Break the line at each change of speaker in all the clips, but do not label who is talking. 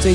最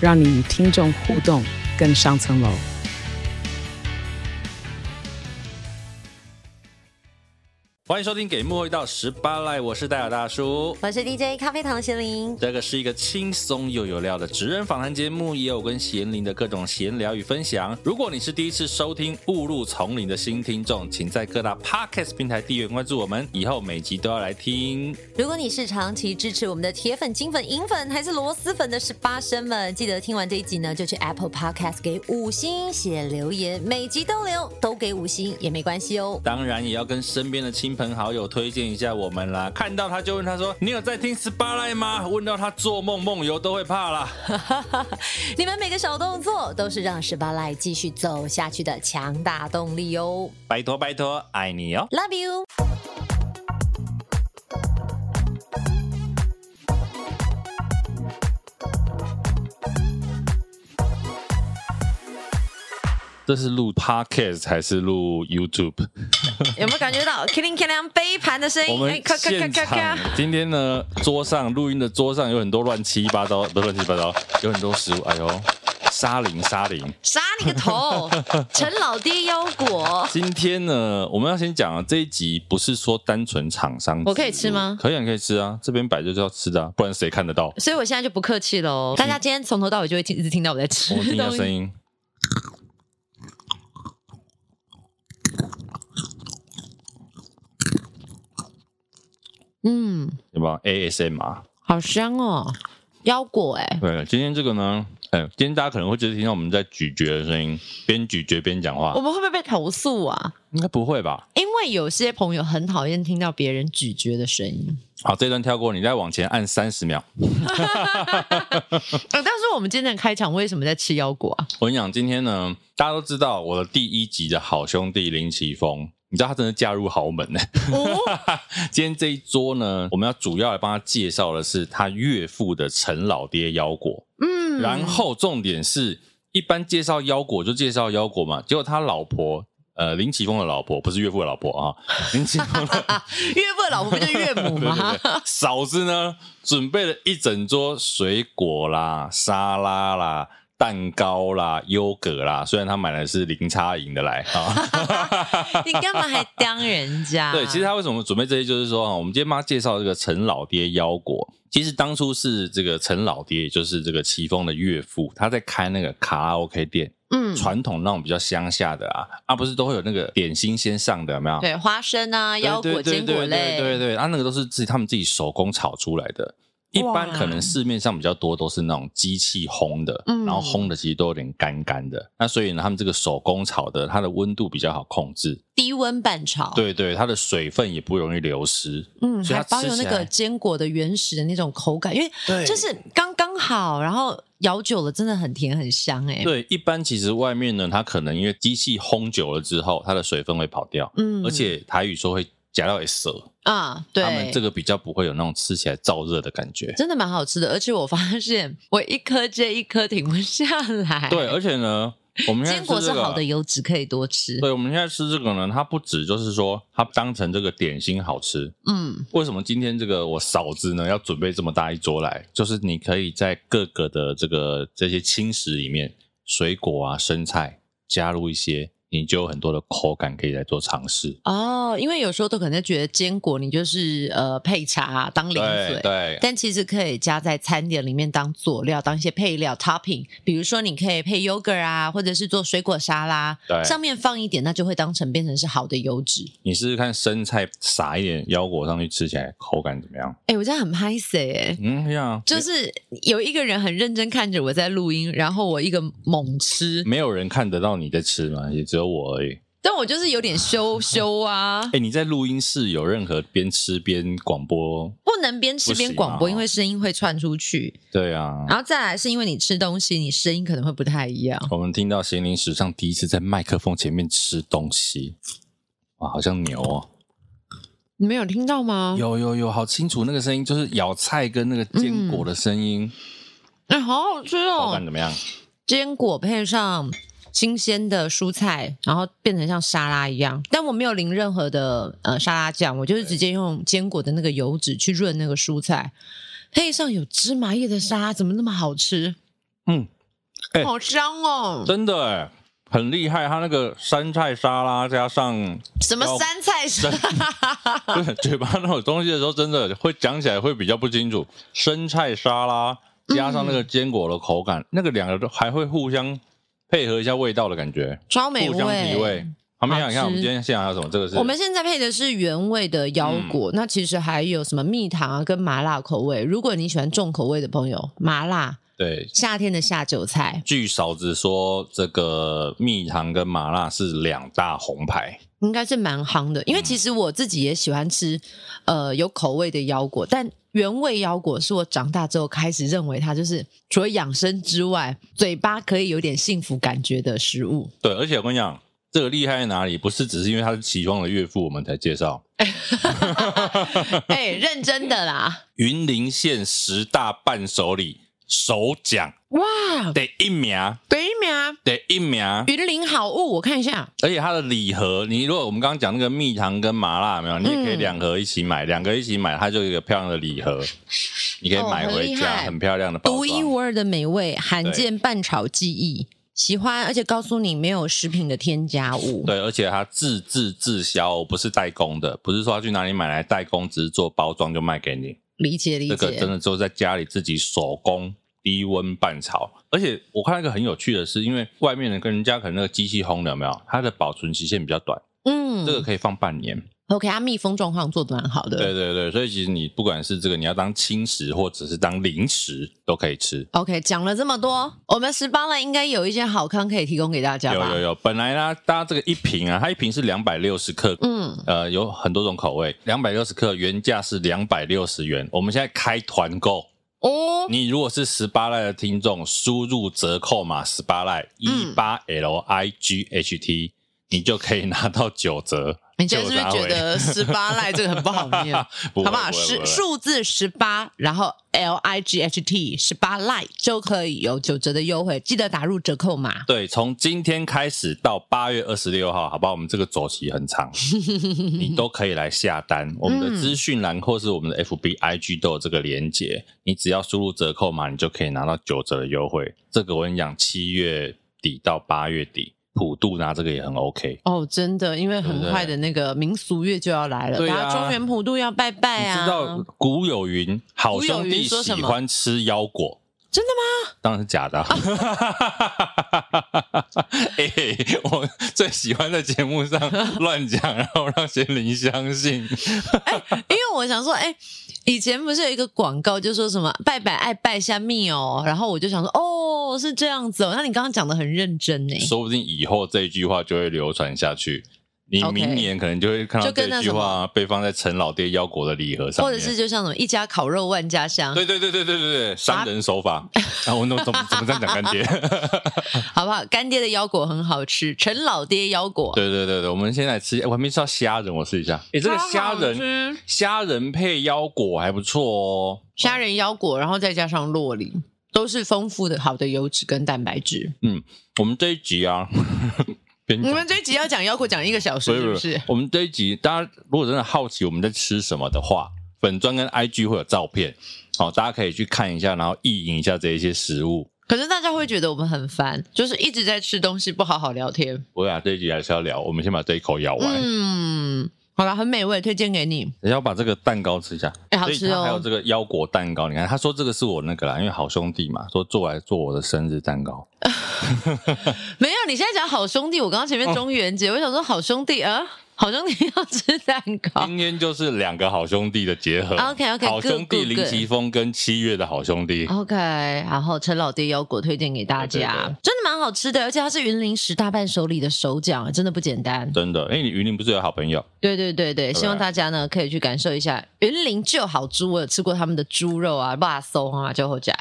让你与听众互动更上层楼。
欢迎收听《给幕后一道十八赖》，我是戴尔大叔。
我是 DJ 咖啡糖贤玲。
这个是一个轻松又有料的职人访谈节目，也有跟贤玲的各种闲聊与分享。如果你是第一次收听《误入丛林》的新听众，请在各大 Podcast 平台订阅关注我们，以后每集都要来听。
如果你是长期支持我们的铁粉、金粉、银粉还是螺蛳粉的十八生们，记得听完这一集呢，就去 Apple Podcast 给五星写留言，每集都留，都给五星也没关系哦。
当然，也要跟身边的亲朋好友推荐一下我们啦。看到他就问他说：“你有在听十八赖吗？”问到他做梦梦游都会怕啦。
你们每个小动作都是让十八赖继续走下去的强大动力哦。
拜托拜托，爱你哦！
Love you。
这是录 Podcast 还是录 YouTube？
有没有感觉到 “killing killing” 杯盘的声音？
我们
哎咔咔咔
现
咔
场
咔！
今天呢，桌上录音的桌上有很多乱七八糟，不是乱七八糟，有很多食物。哎呦，沙林沙林。
杀你个头！陈老爹腰果，
今天呢，我们要先讲啊，这一集不是说单纯厂商，
我可以吃吗
可以啊，你可以吃啊，这边摆就是要吃的、啊，不然谁看得 到？
所以我现在就不客气了哦。大家今天从头到尾就会听，一直听到我在吃
我听到
东
声
西。
音。
嗯，
对吧？ASMR，
好香哦，腰果哎，
对，今天这个呢，哎、今天大家可能会就是听到我们在咀嚼的声音，边咀嚼边讲话
我，们会不会被投诉啊？
应该不会吧？
因为有些朋友很讨厌听到别人咀嚼的声音。
好，这一段跳过，你再往前按三十秒。
呃，但是我们今天的开场为什么在吃腰果 啊？
我跟你讲，今天呢，大家都知道我的第一集的好兄弟林奇峰，你知道他真的嫁入豪门呢、
哦
今天这一桌呢，我们要主要来帮他介绍的是他岳父的陈老爹腰果，
嗯，
然后重点是一般介绍腰果就介绍腰果嘛，结果他老婆。呃，林奇峰的老婆不是岳父的老婆啊，林奇峰的
岳父的老婆不就是岳 母
对
吗
对？对，嫂子呢准备了一整桌水果啦、沙拉啦、蛋糕啦、优格啦，虽然她买的是零差赢的来啊。
你干嘛还当人 家？
对，其实她为什么准备这些，就是说啊，我们今天妈介绍这个陈老爹腰果，其实当初是这个陈老爹，也就是这个奇峰的岳父，他在开那个卡拉 OK 店，
嗯，
传统那种比较乡下的啊，啊不是都会有那个点心先上的，有没有？
对花生啊、
对
腰果、
对对
坚果类，
对对对对，啊，那个都是自己他们自己手工炒出来的。一般可能市面上比较多都是那种机器烘的，
嗯
然后烘的其实都有点干干的。那所以呢，他们这个手工炒的，它的温度比较好控制，
低温拌炒，，
对对，它的水分也不容易流失。
嗯，
所以
还
它
保有
吃
那
起
个
来
坚果的原始的那种口感，因
对
为就是刚刚好，然后咬久了真的很甜很香哎、
对，一般其实外面呢，它可能因为机器烘久了之后，它的水分会跑掉，
嗯
而且台语说会夹到舌，
啊，
他们
对，
这个比较不会有那种吃起来燥热的感觉。
真的蛮好吃的，而且我发现我一颗接一颗停不下来，
对，，而且呢，我们现在
哎坚果
吃
是
这个啊
好的油脂，可以多吃，
对，我们现在吃这个呢，它不止就是说它当成这个点心好吃。
嗯，
为什么今天这个我嫂子呢要准备这么大一桌来？就是你可以在各个的这个这些轻食里面，水果啊、生菜加入一些，你就有很多的口感可以来做尝试。
哦，因为有时候都可能觉得坚果你就是呃配茶当零
对
嘴，
对
但其实可以加在餐点里面当佐料，当一些配料 topping。比如说，你可以配 yogurt 啊，或者是做水果沙拉，
对，
上面放一点，那就会当成变成是好的油脂。
你试试看生菜撒一点腰果上去，吃起来口感怎么样？
哎、我真的很拍死哎。
嗯，这样
就是有一个人很认真看着我在录音，然后我一个猛吃，
嗯没有人看得到你在吃嘛，也只有我而已。
但我就是有点羞羞啊
哎、，你在录音室有任何边吃边广播？
不能边吃边广
不
播，
行啊
因为声音会窜出去。
对啊，
然后再来是因为你吃东西，你声音可能会不太一样。
我们听到咸宁史上第一次在麦克风前面吃东西，哇，好像牛哦！
你没有听到吗？
有有有，好清楚那个声音，就是咬菜跟那个坚果的声音，
哎、好好吃
口
嗯哦
感！怎么样？
坚果配上新鲜的蔬菜，然后变成像沙拉一样，但我没有淋任何的呃沙拉酱，我就是直接用坚果的那个油脂去润那个蔬菜，配上有芝麻叶的沙拉，怎么那么好吃？
嗯，哎
好香哦！
真的哎，很厉害，它那个山菜沙拉加 上
什么 山菜沙拉？
对嘴巴那种东西的时候，真的会讲起来会比较不清楚。生菜沙拉加上那
嗯
个坚果的口感，那个两个都还会互相配合一下味道的感觉，
超美
互相提味。好，我们想想看，
好吃
我们今天现场还有什么？这个是
我们现在配的是原味的腰
嗯
果，那其实还有什么蜜糖啊，跟麻辣口味。如果你喜欢重口味的朋友，麻辣
对。
夏天的下酒菜，
据嫂子说，这个蜜糖跟麻辣是两大红牌。
应该是蛮夯的。
嗯
因为其实我自己也喜欢吃，呃，有口味的腰果，但原味腰果是我长大之后开始认为它就是除了养生之外，嘴巴可以有点幸福感觉的 食物。
对，而且我跟你讲，这个厉害在哪里？不是只是因为她是齐庄的岳父，我们才介绍。
哎、认真的啦，
云林县十大伴手礼首奖
哇，
得一名，
北美啊，
得一名。
云林好物，我看一下，
而且它的礼盒，你如果我们刚刚讲那个蜜糖跟麻辣有没有，你也
嗯
可以两盒一起买，两个一起买，它就有一个漂亮的礼盒，你可以
哦
买
很
回
厉
家，
害
很漂亮的包
独一
装。
无二的美味，罕见半炒技艺，喜欢，而且告诉你没有食品的添加物。
对，而且它自制自销哦，不是代工的，不是说他去哪里买来代工，只是做包装就卖给你。
理解理
这个
解，
真的只有在家里自己手工低温拌炒。而且我看到一个很有趣的是，因为外面的跟人家可能那个机器烘的有没有，它的保存期限比较短，
嗯，
这个可以放半年。
OK，它密封状况做的蛮好的。
对对对，所以其实你不管是这个你要当轻食或者是当零食都可以吃。
OK，讲了这么多，我们十八了应该有一些好康可以提供给大家
有
吧？
有有，本来呢，大家这个一瓶啊，它一瓶是两百六十克，
嗯，
呃，有很多种口味，两百六十克原价是两百六十元，我们现在开团购，
哦，
你如果是十八赖的听众，输入折扣码十八赖一
嗯
八 L I G H T，你就可以拿到九折。
你现在是不是觉得十八赖这个很不好 念？好
不会
不好？
不会不
十
会
数字十八，然后 L I G H T 十八赖就可以有九折的优惠，记得打入折扣码。
对，从今天开始到八月二十六号，好吧，我们这个走期很长，你都可以来下单。我们的资讯栏或是我们的 FB、IG 都有这个连接，你只要输入折扣码，你就可以拿到九折的优惠。这个我跟你讲，七月底到八月底，普渡拿这个也很 OK。
哦，真的，因为
对不
很
对
快的那个民俗月就要来了，
对啊
大家中原普渡要拜拜
你
啊！
知道古有云好兄
古有
弟
云说
喜
什么
欢吃腰果，
真的
当然是假的啊、哎、我最喜欢在节目上乱讲，然后让贤玲相信。
吗？ 因为我想说，哎、以前不是有一个广告，就说什么拜拜爱拜下蜜哦，然后我就想说，哦，是这样子哦。那你刚刚讲的很认真欸呢，
说不定以后这一句话就会流传下去。你
OK
明年可能就会看到
就跟那
这句话被放在陈老爹腰果的礼盒上
或
面，
者是就像什么一家烤肉万家香，
对对对对对对对，商人手法。啊，我怎么怎么怎么这样讲干爹？
好不好？干爹的腰果很好吃，陈老爹腰果，
对对对对，我们先来吃，哎我还没吃到虾仁，我试一下。哎、这个虾仁
超好吃
虾仁配腰果还不错哦。
虾仁腰果，然后再加上洛梨，都是丰富的好的油脂跟蛋白质。
我们这一集啊， 边
你
讲
们这一集要讲腰果讲一个小时，
不
嗯是不
不
是？
我们这一集，大家如果真的好奇我们在吃什么的话，粉砖跟 IG 会有照片，好、大家可以去看一下，然后意淫一下这一些食物。
可是大家会觉得我们很烦，就是一直在吃东西，不好好聊天。
不会啊，这一集还是要聊，我们先把这一口咬完，
嗯，好啦，很美味，推荐给你。
等一下我把这个蛋糕吃一下。
哎、好
所以
吃
他还有
哦！
这个腰果蛋糕，你看他说这个是我那个啦，因为好兄弟嘛，说做来做我的生日蛋糕。
没有，你现在讲好兄弟，我刚刚前面中元节，我想说好兄弟啊，好像你要吃蛋糕。
今天就是两个好兄弟的结合。
OK，OK，
好兄弟
good，good，
林奇峰跟七月的好兄弟。
OK，然后陈老爹腰果推荐给大
对对
家，
对
真的蛮好吃的，而且它是云林十大伴手礼的首奖，真的不简单。
真的，哎、你云林不是有好朋友？
对对对对，
吧
希望大家呢可以去感受一下云林就好猪，我有吃过他们的猪肉啊、辣松啊、就后仔，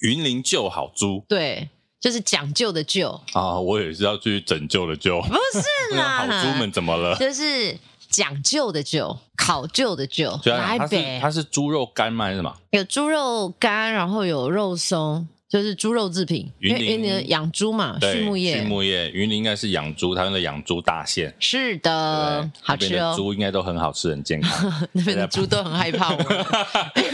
云林救好猪
对，就是讲究的究，
啊，我也是要去拯救的救。
不是
那
啦，
好猪们怎么了？
就是讲究的究，考究的究，
虽然
来
它是
呗
它，是猪肉干吗？还是什么？
有猪肉干，然后有肉松，就是猪肉制品，因
云
为
林
因为你养猪嘛，畜牧业，
畜牧业，云林应该是养猪，台湾的养猪大县。
是的
对，
好
那
吃
边的
哦。。
猪应该都很好吃，很健康
那边的猪都很害 怕我们，因为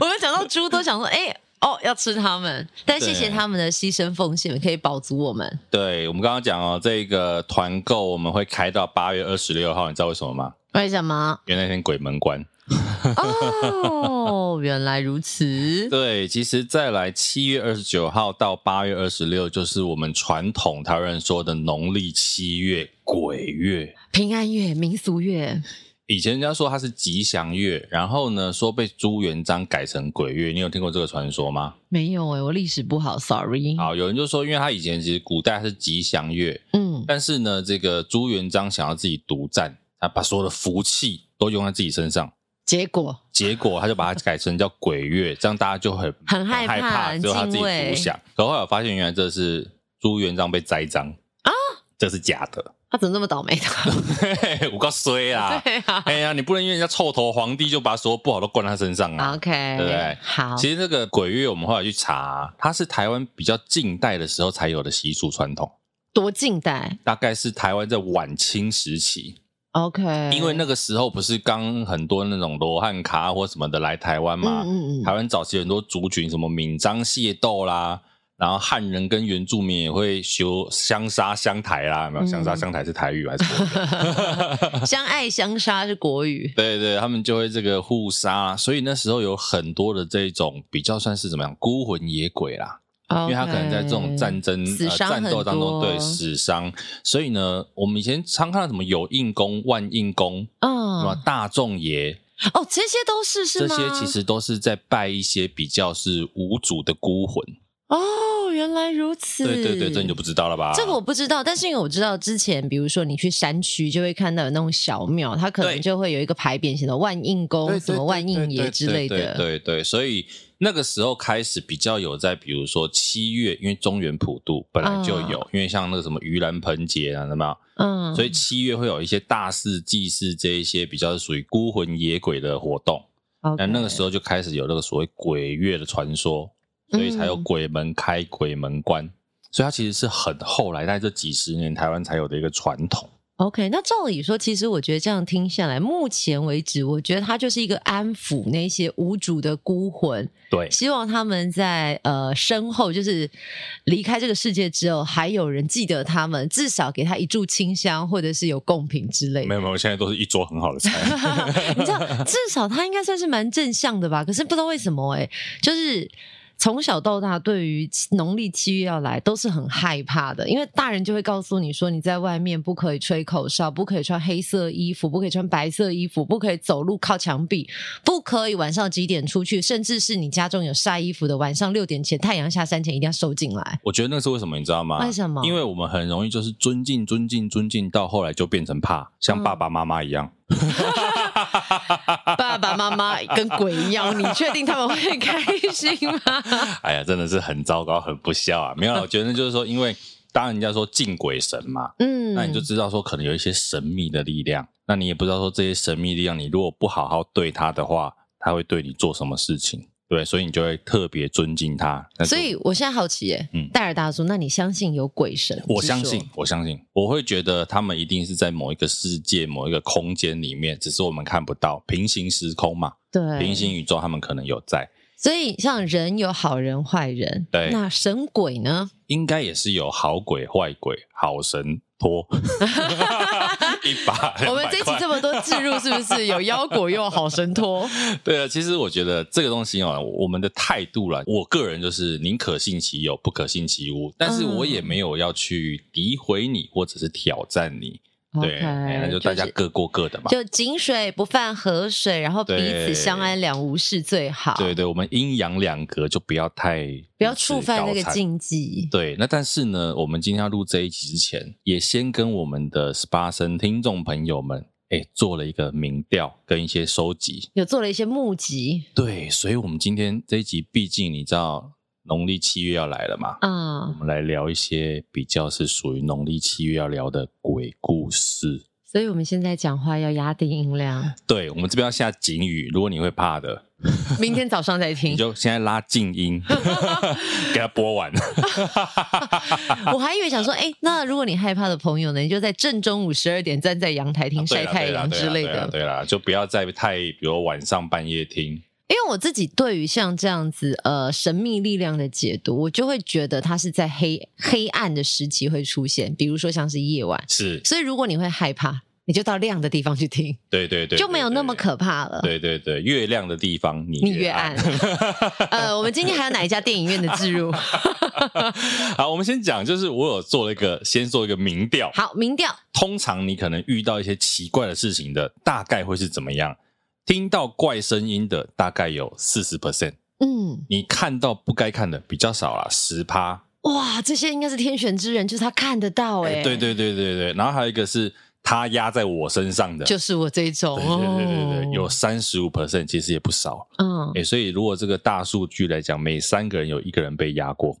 我们讲到猪都想说，哎、哦，要吃它们，但谢谢
对
他们的牺牲奉献，可以保足我们。
对我们刚刚讲哦，这个团购我们会开到八月二十六号，你知道为什么吗？
为什么？
因为那天鬼门关。
哦，原来如 此。
对，其实再来七月二十九号到八月二十六，就是我们传统台湾人说的农历七月鬼月。
平安月、民俗月，
以前人家说它是吉祥月，然后呢说被朱元璋改成鬼月，你有听过这个传说吗？
没有哎、我历史不好，sorry。
好，有人就说，因为他以前其实古代是吉祥月，
嗯，
但是呢，这个朱元璋想要自己独占，他把所有的福气都用在自己身上，
结果
结果他就把它改成叫鬼月，这样大家就很
很害怕
很
很
只有他自己
敬畏
独享。可后来我发现，原来这是朱元璋被栽赃
啊，
这是假的，
他怎么那么倒霉的？
我告衰啦！
对啊
哎呀，你不能因为人家臭头皇帝就把所有不好都灌他身上啊！
，OK，
对不对
好，
其实这个鬼月，我们后来去查，它是台湾比较近代的时候才有的习俗传统，
多近代
大概是台湾在晚清时期，
，OK，
因为那个时候不是刚很多那种罗汉卡或什么的来台湾嘛，
嗯嗯
台
嗯，
湾早期很多族群，什么闽漳械斗啦，然后汉人跟原住民也会修相杀相台啦，有没有？
嗯
相杀相台是台语还是国语？啊
相爱相杀是国语，
对对，他们就会这个互杀，所以那时候有很多的这种比较算是怎么样孤魂野鬼啦， 因为他可能在这种战争、呃
死伤
战斗当中
很多
对死伤，所以呢，我们以前常看到什么有印功、万印功、什么
嗯，
大众爷，
哦，这些都是是
这
吗？
些其实都是在拜一些比较是无主的孤魂。
哦，原来如此。
对对对，这你就不知道了吧？
这个我不知道，但是因为我知道之前，比如说你去山区就会看到有那种小庙，它可能
对
就会有一个牌匾写的万应公、
对
哦什么万应爷之类
对对
的。
对对对，所以那个时候开始比较有在，比如说七月，因为中原普渡本来就有，因为像那个什么盂兰盆节啊，什么。
嗯，
所以七月会有一些大事祭祀这一些比较属于孤魂野鬼的活动，那那个时
候
候就开始有那个所谓鬼月的传说，所以才有
嗯
鬼门开、鬼门关，所以它其实是很后来，在这几十年台湾才有的一个传统。
OK，那照理说，其实我觉得这样听下来，目前为止，我觉得它就是一个安抚那些无主的孤魂，
对
希望他们在呃身后，就是离开这个世界之后，还有人记得他们，至少给他一炷清香，或者是有贡品之类的
没。有没有，现在都是一桌很好的菜。
你知道，至少他应该算是蛮正向的吧？可是不知道为什么、欸，就是从小到大，对于农历七月要来都是很害怕的，因为大人就会告诉你说，你在外面不可以吹口哨，不可以穿黑色衣服，不可以穿白色衣服，不可以走路靠墙壁，不可以晚上几点出去，甚至是你家中有晒衣服的，晚上六点前太阳下山前一定要收进来。
我觉得那是为什么，你知道吗？
为什么
因为我们很容易就是尊敬、尊敬、尊敬，到后来就变成怕，像爸
嗯
爸妈妈一样。
爸爸妈妈跟鬼一样，你确定他们会开心吗？
哎呀，真的是很糟糕，很不孝啊！没有啦，我觉得就是说，因为当然人家说敬鬼神嘛，
嗯，
那你就知道说可能有一些神秘的力量，那你也不知道说这些神秘力量，你如果不好好对它的话，它会对你做什么事情，对，所以你就会特别尊敬它。那就
所以我现在好奇耶，
嗯
戴尔大叔，那你相信有鬼神？
我相信，我相信，我会觉得他们一定是在某一个世界、某一个空间里面，只是我们看不到平行时空嘛，
之说，对，
平行宇宙，他们可能有在，
所以像人有好人坏人，
对
那神鬼呢？
应该也是有好鬼、坏鬼、好神 托，一把
我们这一
两百
集
块
这么多置入，是 不是有妖果又有好神托？
对啊，其实我觉得这个东西哦，我们的态度啦，我个人就是宁可信其有，不可信其无。但是我也没有要去诋毁你，或者是挑战你。对，哎那
OK，
就大家
是
各过各的嘛。
就井水不犯河水，然后彼此
对
相安两无事最好，
对对，我们阴阳两隔就不要太
不要触犯那
彼
个
此高
禁忌。
对，那但是呢，我们今天要录这一集之前，也先跟我们的十八生听众朋友们，哎，做了一个民调跟一些收集。
有做了一些募集，
对，所以我们今天这一集，毕竟你知道农历七月要来了嘛，我
嗯，
们来聊一些比较是属于农历七月要聊的鬼故事。
所以我们现在讲话要压低 音量，
对，我们这边要下警语，如果你会怕的，
明天早上再
你
听。
就现在拉静 音，给它播完。
我还以为想说，哎、那如果你害怕的朋友呢，你就在正中午十二点站在阳台听
啊对
晒
啦
太阳
对啦
之类
对啦
的。
对啦，对啊啦就不要再太，比如晚上半夜听。
因为我自己对于像这样子呃神秘力量的解读，我就会觉得它是在黑黑暗的时期会出现，比如说像是夜晚。
是，
所以如果你会害怕，你就到亮的地方去听，
对对对，
就没有那么可怕了。
对。对对对，月亮的地方你
你
越
越暗。 呃，我们今天还有哪一家电影院的置入？
好，我们先讲，就是我有做了一个，先做一个民调。
好，民调
通常你可能遇到一些奇怪的事情的，大概会是怎么样？听到怪声音的大概有四十 percent，
嗯，
你看到不该看的比较少啦，十趴。
哇，这些应该是天选之人，就是他看得到哎、
对，对对对对，然后还有一个是他压在我身上的，
就是我这一种
对
哦，
对对对对，有三十五 percent，其实也不少。
嗯
哎、所以如果这个大数据来讲，每三个人有一个人被压过，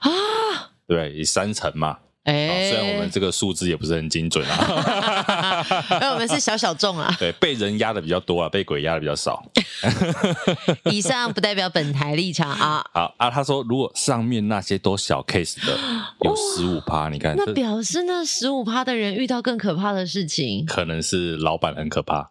啊，
对，也三成嘛。
哎、
啊，虽然我们 这个数字也不是很精准啊，
哎，我们是小小众 啊。
对，被人压的比较多啊，被鬼压的比较少。
以上不代表本台立场 啊。
好啊，他说如果上面那些都小 case 的，有十五趴，你看
那
这
表示那十五趴的人遇到更可怕的事情。
可能是老板很可怕，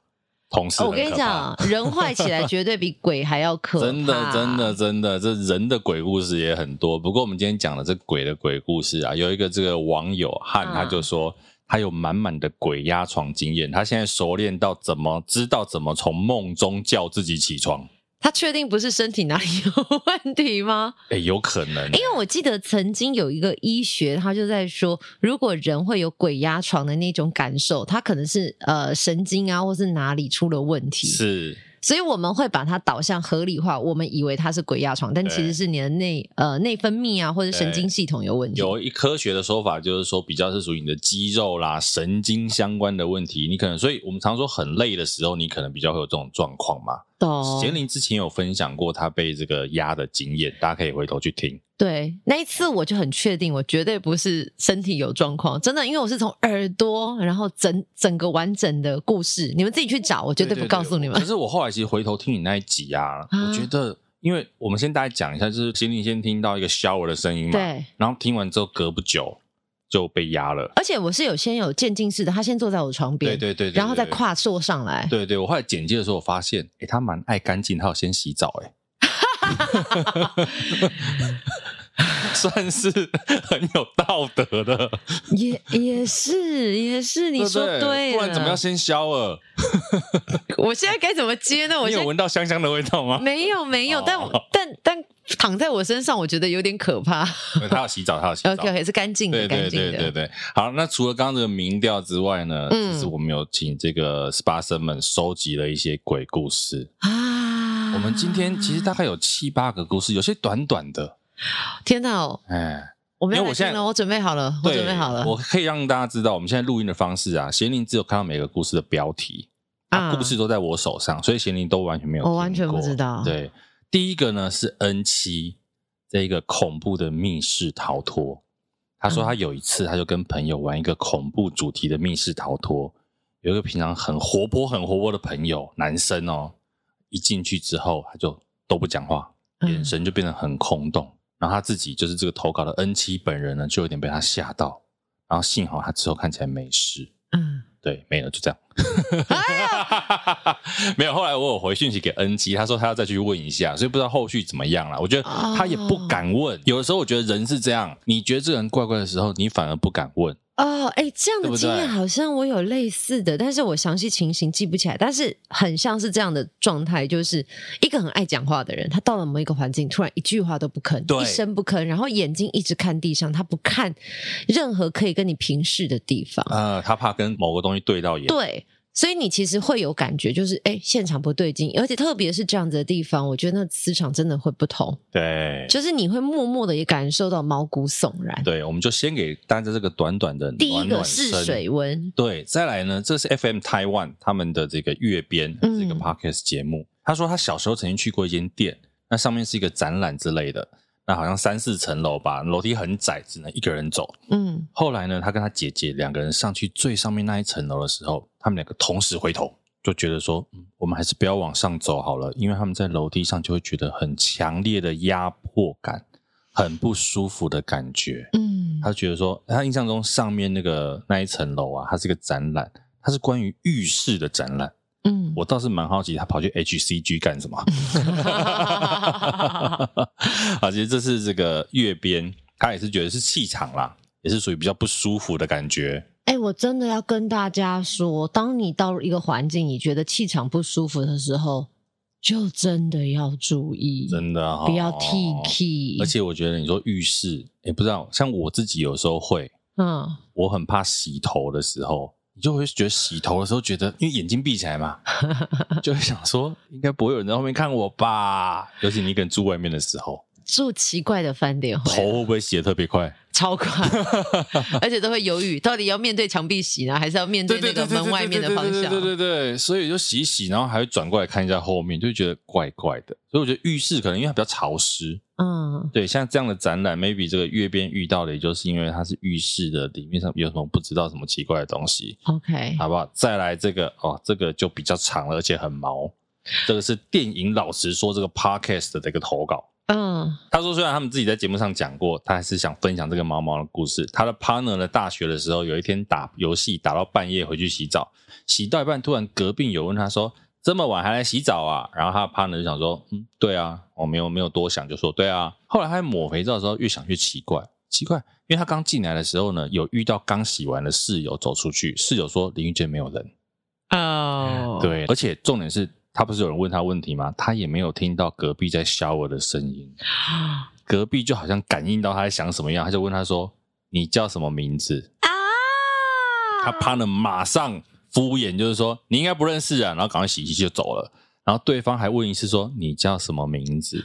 同事
哦
很
我跟你
可
讲
怕，，
人坏起来绝对比鬼还要可怕。
真的真的，真的，这人的鬼故事也很多。不过我们今天讲的这鬼的鬼故事啊，有一个这个网友汉
嗯
他就说。他有满满的鬼压床经验，他现在熟练到怎么知道怎么从梦中叫自己起床。
他确定不是身体哪里有问题吗？
哎、有可能、
因为我记得曾经有一个医学，他就在说，如果人会有鬼压床的那种感受，他可能是呃神经啊，或是哪里出了问题。
是
所以我们会把它导向合理化，我们以为它是鬼压床，但
对
其实是你的内呃内分泌啊或者神经系统有问题。
有一科学的说法，就是说比较是属于你的肌肉啦、神经相关的问题。你可能，所以我们常说很累的时候，你可能比较会有这种状况嘛。贤
懂？
玲之前有分享过她被这个压的经验，大家可以回头去听。
对，那一次我就很确定，我绝对不是身体有状况，真的，因为我是从耳朵，然后整整个完整的故事，你们自己去找，我绝对不告诉你们
可。是我后来其实回头听你那一集啊，
啊
我觉得，因为我们先大概讲一下，就是贤玲先听到一个 shower 的声音嘛，
对，
然后听完之后隔不久就被压了。
而且我是有先有渐进式的，他先坐在我床边，
对对对对
然后再
对对
跨坐上来。
对对，我后来剪接的时候，我发现，诶，他蛮爱干净，他有先洗澡、 诶，哎，算是很有道德的，
也也是也是，你
对不
说
对
对了。
不然怎么要先消了？
我现在该怎么接呢？我
你
现
有
在
闻到香香的味道吗？
没有没有，但
哦
但但躺在我身上，我觉得有点可怕。
他要洗澡，他要洗澡。
OK OK，是干净
对
的，
对
干净
对
的。
对对，好，那除了刚刚这个民调之外呢，
嗯
其实我们有请这个 SPA 生们收集了一些鬼故事。
啊！
我们今天其实大概有七八个故事，有些短短的，
天哪，
哎，
我没
因为
有
我
来听
现在
了，我准备好了，我
对
准备好了。
我可以让大家知道，我们现在录音的方式啊，贤玲只有看到每个故事的标题，啊，
啊
故事都在我手上，所以贤玲都完全没有，
我完全不知道
对，第一个呢是 N 七这一个恐怖的密室逃脱。他说
嗯
他有一次，他就跟朋友玩一个恐怖主题的密室逃脱，有一个平常很活泼、很活泼的朋友，男生哦，一进去之后他就都不讲话，
嗯
眼神就变得很空洞。然后他自己就是这个投稿的 N 七本人呢，就有点被他吓到。然后幸好他之后看起来没事，
嗯，
对，没了，就这样。
哎
没有，后来我有回讯息给 N 七，他说他要再去问一下，所以不知道后续怎么样了。我觉得
哦
他也不敢问。有的时候我觉得人是这样，你觉得这个人怪怪的时候，你反而不敢问。
哦，哎、这样
对
的
不
经
对
验好像我有类似的，但是我详细情形记不起来，但是很像是这样的状态，就是一个很爱讲话的人，他到了某一个环境，突然一句话都不吭，
对
一声不吭，然后眼睛一直看地上，他不看任何可以跟你平视的地方，
呃，他怕跟某个东西对到眼，
对。所以你其实会有感觉，就是哎、现场不对劲，而且特别是这样子的地方，我觉得那磁场真的会不同，
对
就是你会默默的也感受到毛骨悚然。
对，我们就先给大家这个短短的
第一
暖
个
暖
是
身
水温，
对，再来呢，这是 FM Taiwan 他们的这个月边
嗯
这个 podcast 节目。他说他小时候曾经去过一间店，那上面是一个展览之类的，那好像三四层楼吧，楼梯很窄，只能一个人走。
嗯，
后来呢，他跟他姐姐两个人上去最上面那一层楼的时候，他们两个同时回头，就觉得说，嗯，我们还是不要往上走好了，因为他们在楼梯上就会觉得很强烈的压迫感，很不舒服的感觉。
嗯
他觉得说，他印象中上面那个那一层楼啊，它是个展览，它是关于浴室的展览。
嗯，
我倒是蛮好奇，他跑去 HCG 干什么？ 啊，其实这是这个月边，他也是觉得是气场啦，也是属于比较不舒服的感觉。
哎、我真的要跟大家说，当你到一个环境，你觉得气场不舒服的时候，就真的要注意，
真的、哦，
不要 T K。
而，且我觉得你说浴室，也不知道，像我自己有时候会，
嗯，
我很怕洗头的时候，你就会觉得洗头的时候觉得，因为眼睛闭起来嘛， 就会想说，应该不会有人在后面看我吧？尤其你一个人住外面的时候，
住奇怪的饭店
头
会
会不会洗得特别快？
超 快，而且都会犹豫，到底要面对墙壁洗呢，还是要面对那个门外面的方
对对对
向？
对对，所以就洗一洗，然后还会转过来看一下后面，就会觉得怪怪的。所以我觉得浴室可能因为它比较潮湿，
嗯，
对，像这样的展览，maybe 这个月边遇到的，也就是因为它是浴室的里面上有什么不知道什么奇怪的东西，
嗯，OK，
好不好？再来这个哦，这个就比较长了，而且很毛。这个是电影老实说这个 podcast 的这个投稿。
嗯
他说，虽然他们自己在节目上讲过，他还是想分享这个毛毛的故事。他的 partner 呢，大学的时候有一天打游戏打到半夜回去洗澡，洗到一半突然隔壁有问他说：“这么晚还来洗澡啊？”然后他的 partner 就想说：“嗯，对啊，我没有没有多想，就说对啊。”后来他在抹肥皂的时候越想越奇怪，奇怪，因为他刚进来的时候呢，有遇到刚洗完的室友走出去，室友说淋浴间没有人。
哦，，
对，而且重点是他不是有人问他问题吗？他也没有听到隔壁在 shower 的声音，隔壁就好像感应到他在想什么样，他就问他说：“你叫什么名字
啊？”
他趴了，马上敷衍，就是说你应该不认识啊，然后赶快洗洗就走了。然后对方还问一次说：“你叫什么名字？”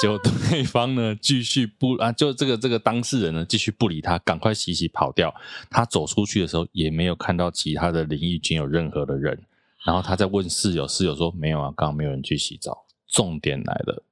结果对方呢继续不啊，就这个这个当事人呢继续不理他，赶快洗洗跑掉。他走出去的时候也没有看到其他的淋浴间有任何的人。然后他在问室友，室友说没有啊，刚刚没有人去洗澡。重点来了，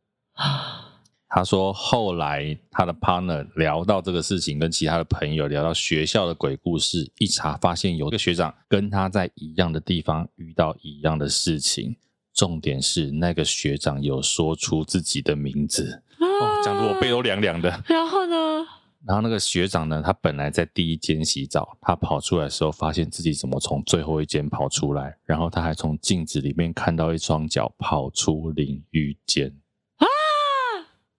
他说后来他的 partner 聊到这个事情，跟其他的朋友聊到学校的鬼故事，一查发现有一个学长跟他在一样的地方遇到一样的事情。重点是那个学长有说出自己的名字，哦，讲得我背。都凉凉的。
然后呢？
然后那个学长呢，他本来在第一间洗澡，他跑出来的时候，发现自己怎么从最后一间跑出来，然后他还从镜子里面看到一双脚跑出淋浴间，啊，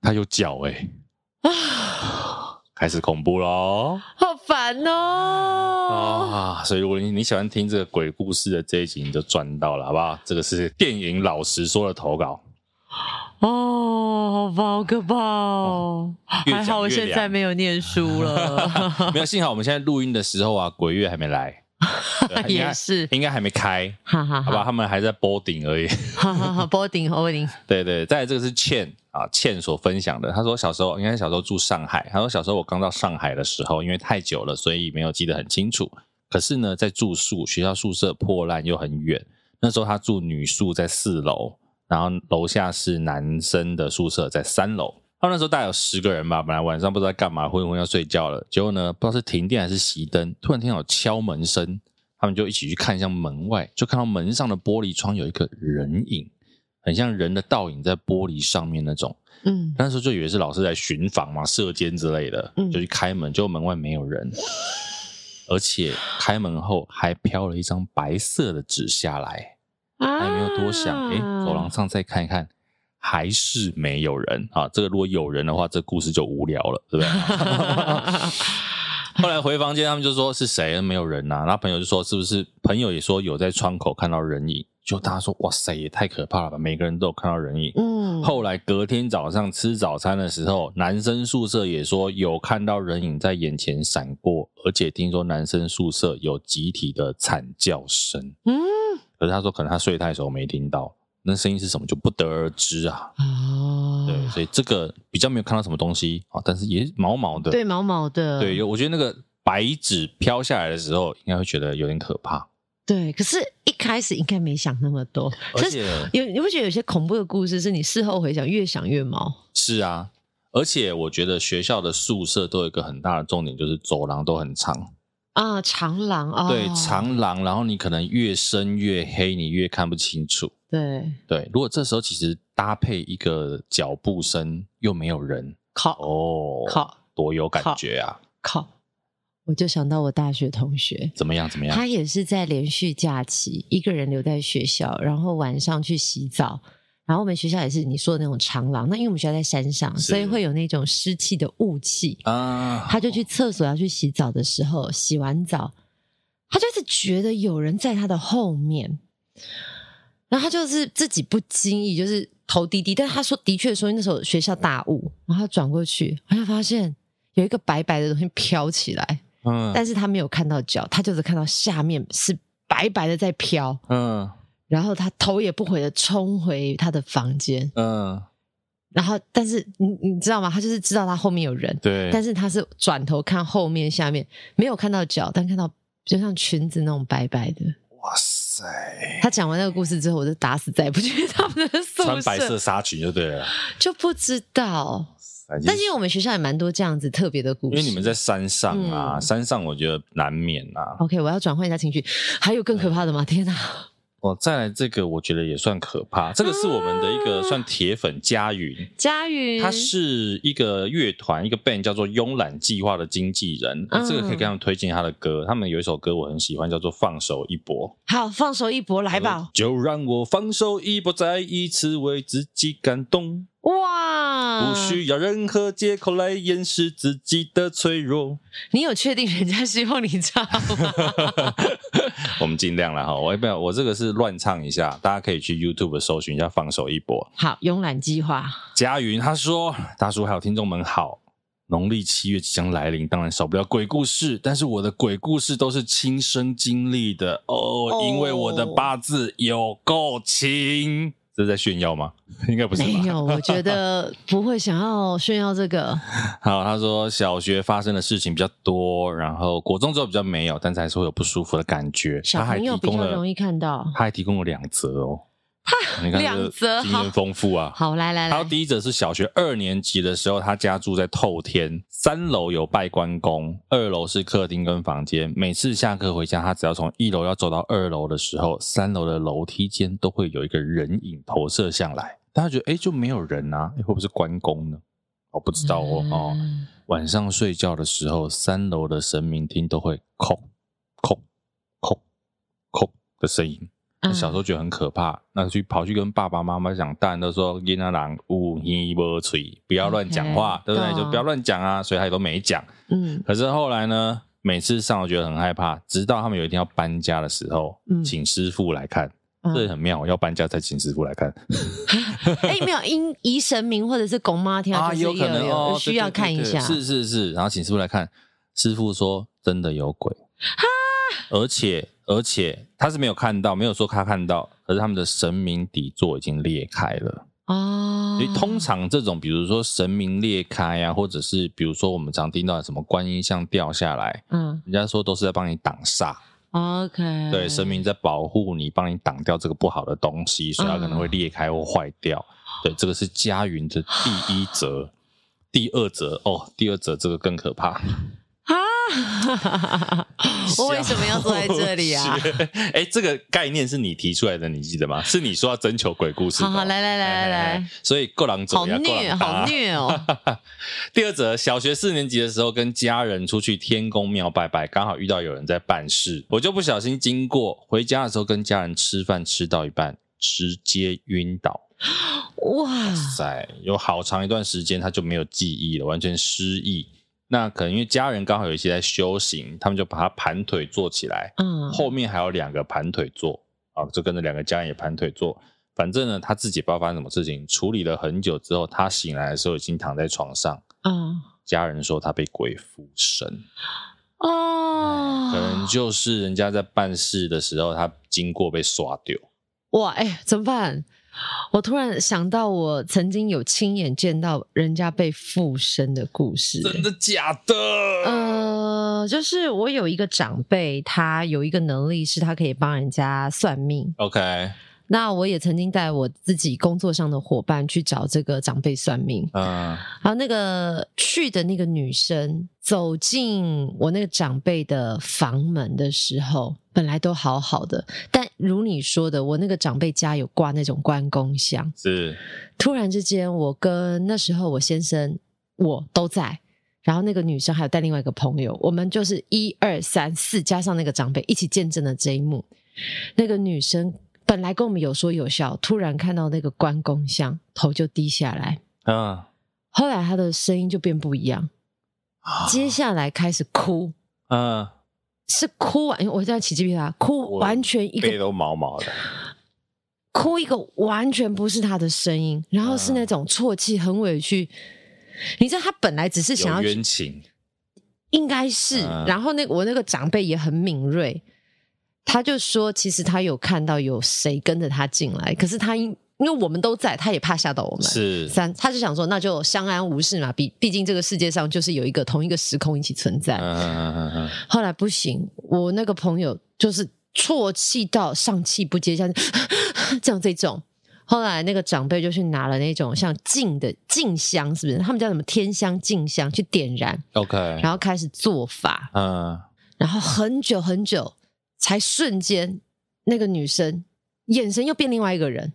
他有脚哎、
啊，
开始恐怖喽
好烦哦！
啊！所以如果你你喜欢听这个鬼故事的这一集，你就赚到了，好不好？这个是电影老实说的投 稿，
哦，好吧，好可怕哦！
越
还好
讲
我
越
现在
凉。
没有念书 了，
没有，幸好我们现在录音的时候啊，鬼月还没来，对应该
也是，
应该还没开，
哈哈
好吧？
哈，
他们还在 boarding 而已。
哈哈哈，波顶，波顶，
对对，再来这个是倩啊，倩所分享的。她说小时候，应该小时候住上海。她说小时候我刚到上海的时候，因为太久了，所以没有记得很清楚。可是呢，在住宿，学校宿舍破烂又很远。那时候她住女宿在四楼，然后楼下是男生的宿舍在三楼。他们那时候大概有十个人吧，本来晚上不知道在干嘛，昏昏要睡觉了。结果呢，不知道是停电还是熄灯，突然听到有敲门声，他们就一起去看向门外，就看到门上的玻璃窗有一个人影。很像人的倒影在玻璃上面那种。
嗯
那时候就以为是老师在巡防嘛、射监之类的，
嗯
就去开门，结果门外没有人，而且开门后还飘了一张白色的纸下来。
啊
哎他也没有多想，诶，走廊上再看一看，还是没有人啊。这个如果有人的话，这故事就无聊了，对不对？ 后来回房间，他们就说是谁？没有人呐、啊然后朋友就说是不是？朋友也说有在窗口看到人影，就大家说哇塞，也太可怕了吧！每个人都有看到人影。
嗯，
后来隔天早上吃早餐的时候，男生宿舍也说有看到人影在眼前闪过，而且听说男生宿舍有集体的惨叫声。
嗯
可是他说可能他睡太熟没听到，那声音是什么就不得而知啊。
哦，
对，所以这个比较没有看到什么东西啊，但是也毛毛的。
对毛毛的，
对，有我觉得那个白纸飘下来的时候，应该会觉得有点可怕，
对，可是一开始应该没想那么多，
而
但是
且
有你不觉得有些恐怖的故事是你事后回想越想越毛？
是啊，而且我觉得学校的宿舍都有一个很大的重点，就是走廊都很长，
啊，长廊啊，
对，长廊，然后你可能越深越黑，你越看不清楚。
对，
对，如果这时候其实搭配一个脚步声，又没有人，
靠
哦，
靠
多有感
靠
觉啊！
靠，我就想到我大学同学，
怎么样？怎么样？
他也是在连续假期一个人留在学校，然后晚上去洗澡。然后我们学校也是你说的那种长廊，那因为我们学校在山上，
是
所以会有那种湿气的雾气。
啊，
他就去厕所要去洗澡的时候，洗完澡，他就是觉得有人在他的后面，然后他就是自己不经意就是头低低，但他说的确说那时候学校大雾，然后他转过去，他就发现有一个白白的东西飘起来，
嗯
但是他没有看到脚，他就是看到下面是白白的在飘，
嗯
然后他头也不回的冲回他的房间，
嗯，
然后但是你你知道吗？他就是知道他后面有人，
对，
但是他是转头看后面下面，没有看到脚，但看到就像裙子那种白白的。
哇塞，
他讲完那个故事之后，我就打死再也不 去他们的宿舍，
穿白色纱裙就对 了啦。
就不知道。但是因为我们学校也蛮多这样子特别的故
因
事，
为你们在山上啊，
嗯
山上我觉得难免啊。
OK，我要转换一下情绪，还有更可怕的吗？天哪！
哦，再来这个，我觉得也算可怕。这个是我们的一
啊
个算铁粉佳云，
佳云，
他是一个乐团，一个 band 叫做慵懒计划的经纪人。
嗯
这个可以给他们推荐他的歌，他们有一首歌我很喜欢，叫做《放手一搏》。
好放手一搏来吧！
就让我放手一搏，再一次为自己感动，
哇，
不需要任何借口来掩饰自己的脆弱。
你有确定人家希望你唱吗？
我们尽量了哈，我也不要，我这个是乱唱一下，大家可以去 YouTube 搜寻一下“放手一搏
好，慵懒计划，”。
佳云他说：“大叔还有听众们好，农历七月即将来临，当然少不了鬼故事，但是我的鬼故事都是亲身经历的哦，因为我的八字有够轻。”这是在炫耀吗？ 应该不是吧？
没有，我觉得不会想要炫耀 这个。
好，他说小学发生的事情比较多，然后国中之后比较没有，但是还是会有不舒服的感觉。
小
他还
朋友
提
比
供
较
了，
容易看到
他还提供了两则哦。你看这
两则
经验丰富啊。
好，来来
然后
来，
第一则是小学二年级的时候，他家住在透天，三楼有拜关公，二楼是客厅跟房间。每次下课回家，他只要从一楼要走到二楼的时候，三楼的楼梯间都会有一个人影投射向来。大家觉得，哎，就没有人啊？诶会不会是关公呢？我不知道哦。哦，
嗯
晚上睡觉的时候，三楼的神明厅都会“叩叩叩叩”的声音。
嗯
那小时候觉得很可怕，那去跑去跟爸爸妈妈讲，大人都说“囡仔人有耳无嘴”，不要乱讲话
OK，
对不对？
懂
就不要乱讲啊，所以他也都没讲。
嗯，
可是后来呢，每次上我觉得很害怕，直到他们有一天要搬家的时候，
嗯
请师傅来看，
嗯
这也很妙，要搬家才请师傅来看。
哎，没有因疑神明或者是拱妈听到，
啊，
就是
有可能
有
哦，
有需
对
要
对对
看一
对
下。
是是是，然后请师傅来看，师傅说真的有鬼，而且而且他是没有看到，没有说他看到，可是他们的神明底座已经裂开了。
哦
所以通常这种，比如说神明裂开啊，或者是比如说我们常听到的什么观音像掉下来，
嗯
人家说都是在帮你挡煞，
，OK，
对，神明在保护你，帮你挡掉这个不好的东西，所以它可能会裂开或坏掉。
嗯
对，这个是佳云的第一则。第二则哦，第二则这个更可怕。
啊， 我为什么要坐在这里啊
小？学？哎，这个概念是你提出来的，你记得吗？是你说要征求鬼故事的哦。
好好，来来来
哎
来
哎
来
哎，所以够狼
好
走呀，够
虐，
狼打
好。虐哦，
第二则，小学四年级的时候，跟家人出去天公庙拜拜，刚好遇到有人在办事，我就不小心经过，回家的时候跟家人吃饭，吃到一半直接晕倒。
哇，啊
塞，有好长一段时间他就没有记忆了，完全失忆。那可能因为家人刚好有一些在修行，他们就把它盘腿坐起来，
嗯，
后面还有两个盘腿坐啊，就跟着两个家人也盘腿坐。反正呢，他自己不知道发生什么事情，处理了很久之后，他醒来的时候已经躺在床上。
嗯，
家人说他被鬼附身，哎
哦，
可能就是人家在办事的时候，他经过被刷掉。
哇，哎、怎么办？我突然想到，我曾经有亲眼见到人家被附身的故事、哎
真的假的？
呃，就是我有一个长辈，他有一个能力是他可以帮人家算命。
OK，
那我也曾经带我自己工作上的伙伴去找这个长辈算命，
嗯，
然后那个去的那个女生走进我那个长辈的房门的时候，本来都好好的，但如你说的，我那个长辈家有挂那种关公像，
是
突然之间，我跟那时候我先生我都在，然后那个女生还有带另外一个朋友，我们就是一二三四加上那个长辈一起见证了这一幕。那个女生本来跟我们有说有笑，突然看到那个关公像，头就低下来。
嗯，
后来她的声音就变不一样，接下来开始哭，
嗯，
是哭完，因为我现在起鸡皮疙瘩，哭
我
完全一个
背都毛毛的，
哭一个完全不是他的声音，然后是那种啜泣、很委屈。你知道他本来只是
有
想要，
冤情。
应该是，
嗯
然后那个我那个长辈也很敏锐，他就说其实他有看到有谁跟着他进来，可是他因因为我们都在，他也怕吓到我们。
是
三，他就想说那就相安无事嘛，毕毕竟这个世界上就是有一个同一个时空一起存在。
嗯嗯嗯嗯
后来不行，我那个朋友就是啜泣到上气不接下气， 这样这种。后来那个长辈就去拿了那种像静的静香，是不是？他们叫什么天香、静香去点燃，
，OK，
然后开始做法，
嗯，
然后很久很久才瞬间，那个女生眼神又变另外一个人，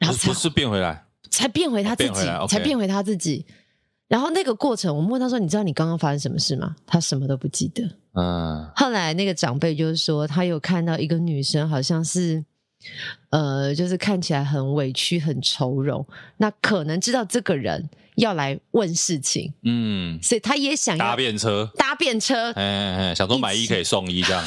然
不
后
是
才
不是变回来，
才变回他自
变
己
回来，，OK
才变回他自己。然后那个过程，我们问他说：“你知道你刚刚发生什么事吗？”他什么都不记得。
嗯
后来那个长辈就是说，他有看到一个女生，好像是，呃，就是看起来很委屈、很愁容，那可能知道这个人要来问事情，
嗯，
所以他也想
搭
要
便车，
搭便车。
哎哎哎，想说买一可以送一这 样，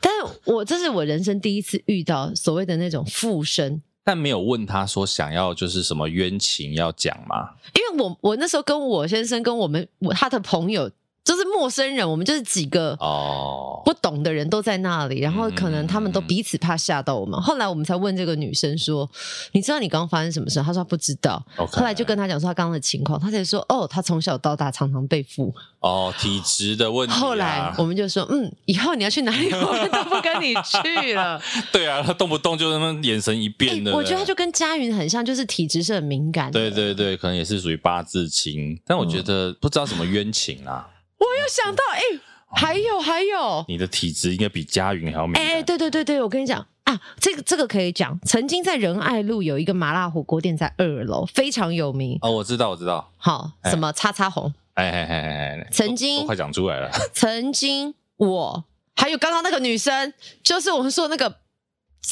但我这是我人生第一次遇到所谓的那种附身，
但没有问他说想要就是什么冤情要讲吗？
因为我我那时候跟我先生跟我们我他的朋友就是陌生人，我们就是几个
哦，
不懂的人都在那里，然后可能他们都
嗯
彼此怕吓到我们。后来我们才问这个女生说：“你知道你刚刚发生什么事？”她说她不知道。
OK
后来就跟她讲说她刚刚的情况，她才说：“哦，她从小到大常常被 附。
哦体质的问题啊。
后来我们就说：“嗯，以后你要去哪里，我们都不跟你去了。
对啊，他动不动就那么眼神一变的、
哎我觉得她就跟佳云很像，就是体质是很敏感的。
对对对，可能也是属于八字轻，但我觉
嗯
得不知道什么冤情啦。
我有想到，
嗯
哎、
哦
还有还有，
你的体质应该比佳云还要敏感。
哎、对对对对，我跟你讲啊，这个这个可以讲。曾经在仁爱路有一个麻辣火锅店在二楼，非常有名。
哦，我知道，我知道。
好，
哎
什么叉叉红？
哎哎哎哎哎，
曾
都
经
快讲出来了。
曾经我还有刚刚那个女生，就是我们说那个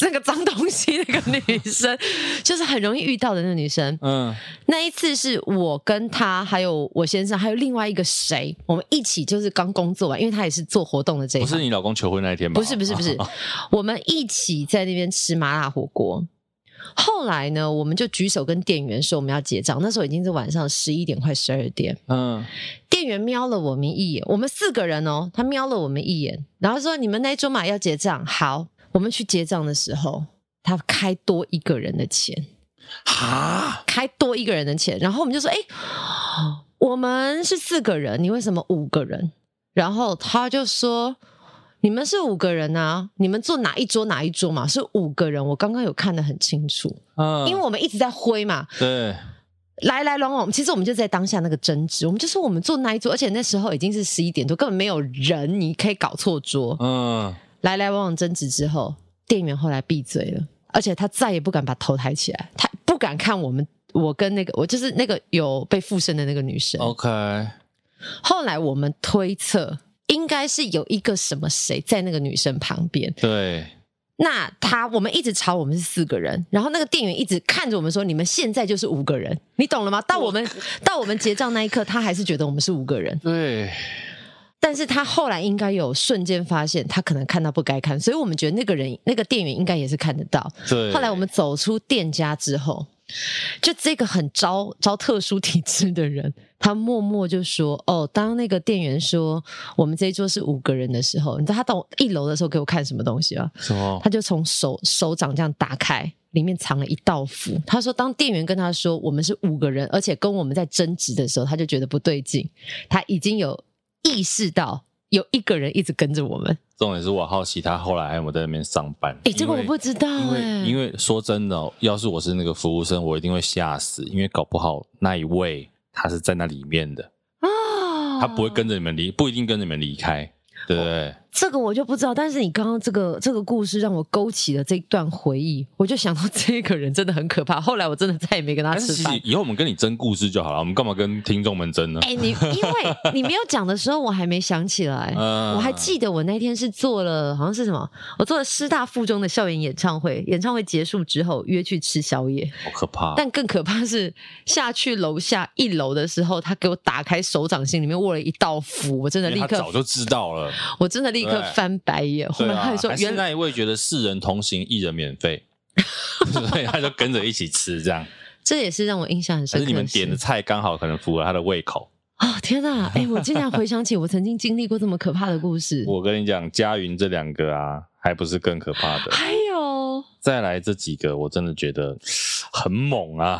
那个脏东西那个女生，就是很容易遇到的那个女生。
嗯，
那一次是我跟她，还有我先生，还有另外一个谁，我们一起就是刚工作完，因为她也是做活动的这一
不
行
是你老公求婚那一天吧？
不是不是不是，我们一起在那边吃麻辣火锅。后来呢，我们就举手跟店员说我们要结账，那时候已经是晚上十一点快十二点。
嗯，
店员瞄了我们一眼，我们四个人哦，他瞄了我们一眼，然后说：“你们那一桌嘛要结账。”好，我们去结账的时候，他开多一个人的钱，
哈，
开多一个人的钱，然后我们就说：“哎，我们是四个人，你为什么五个人？”然后他就说：“你们是五个人啊，你们坐哪一桌哪一桌嘛？是五个人，我刚刚有看得很清楚，
嗯，
因为我们一直在挥嘛，
对，
来来往往，其实我们就在当下那个争执，我们就说我们坐那一桌，而且那时候已经是十一点多，根本没有人，你可以搞错桌。
嗯，
来来往往争执之后，店员后来闭嘴了，而且他再也不敢把头抬起来，他不敢看我们，我跟那个我就是那个有被附身的那个女生。
OK，
后来我们推测，应该是有一个什么谁在那个女生旁边，
对，
那他我们一直吵，我们是四个人，然后那个店员一直看着我们说：“你们现在就是五个人，你懂了吗？”到我们到我们结账那一刻，他还是觉得我们是五个人，
对，
但是他后来应该有瞬间发现，他可能看到不该看，所以我们觉得那个人那个店员应该也是看得到。
对。
后来我们走出店家之后，就这个很招招特殊体质的人，他默默就说：“哦，当那个店员说我们这一桌是五个人的时候，你知道他到一楼的时候给我看什么东西吗？
什么
他？就从手手掌这样打开，里面藏了一道符。他说，当店员跟他说我们是五个人，而且跟我们在争执的时候，他就觉得不对劲，他已经有意识到。有一个人一直跟着我们，
重点是我好奇他后来还有没有在那边上班。
哎、这
因
个我
为
不知道
因
哎、
为因为说真的哦、要是我是那个服务生，我一定会吓死，因为搞不好那一位他是在那里面的，
啊，
他不会跟着你们离，不一定跟着你们离开，对不对？
这个我就不知道，但是你刚刚这个这个故事让我勾起了这段回忆，我就想到 这个人真的很可怕。后来我真的再也没跟他
但是
吃
其
饭
实。以后我们跟你争故事就好了，我们干嘛跟听众们争呢？
哎、你因为你没有讲的时候，我还没想起来。
嗯
哎我还记得我那天是做了，好像是什么，我做了师大附中的校园演唱会。演唱会结束之后约去吃宵夜，
好可怕！哦
但更可怕是下去楼下一楼的时候，他给我打开手掌心，里面握了一道符，我真的
因为
立
他
刻
早就知道了，
我真的立刻
对
翻白眼。后
对
来
啊
他还，说
还是
原来
那一位觉得四人同行一人免 费，所以他就跟着一起吃这样。
这也是让我印象很
可
深
是
刻。
你们点的菜刚好可能符合他的胃口。
哦，天哪！哎、我竟然回想起我曾经经历过这么可怕的故事。
我跟你讲，佳云这两个啊，还不是更可怕的。
还有，
再来这几个，我真的觉得很猛啊！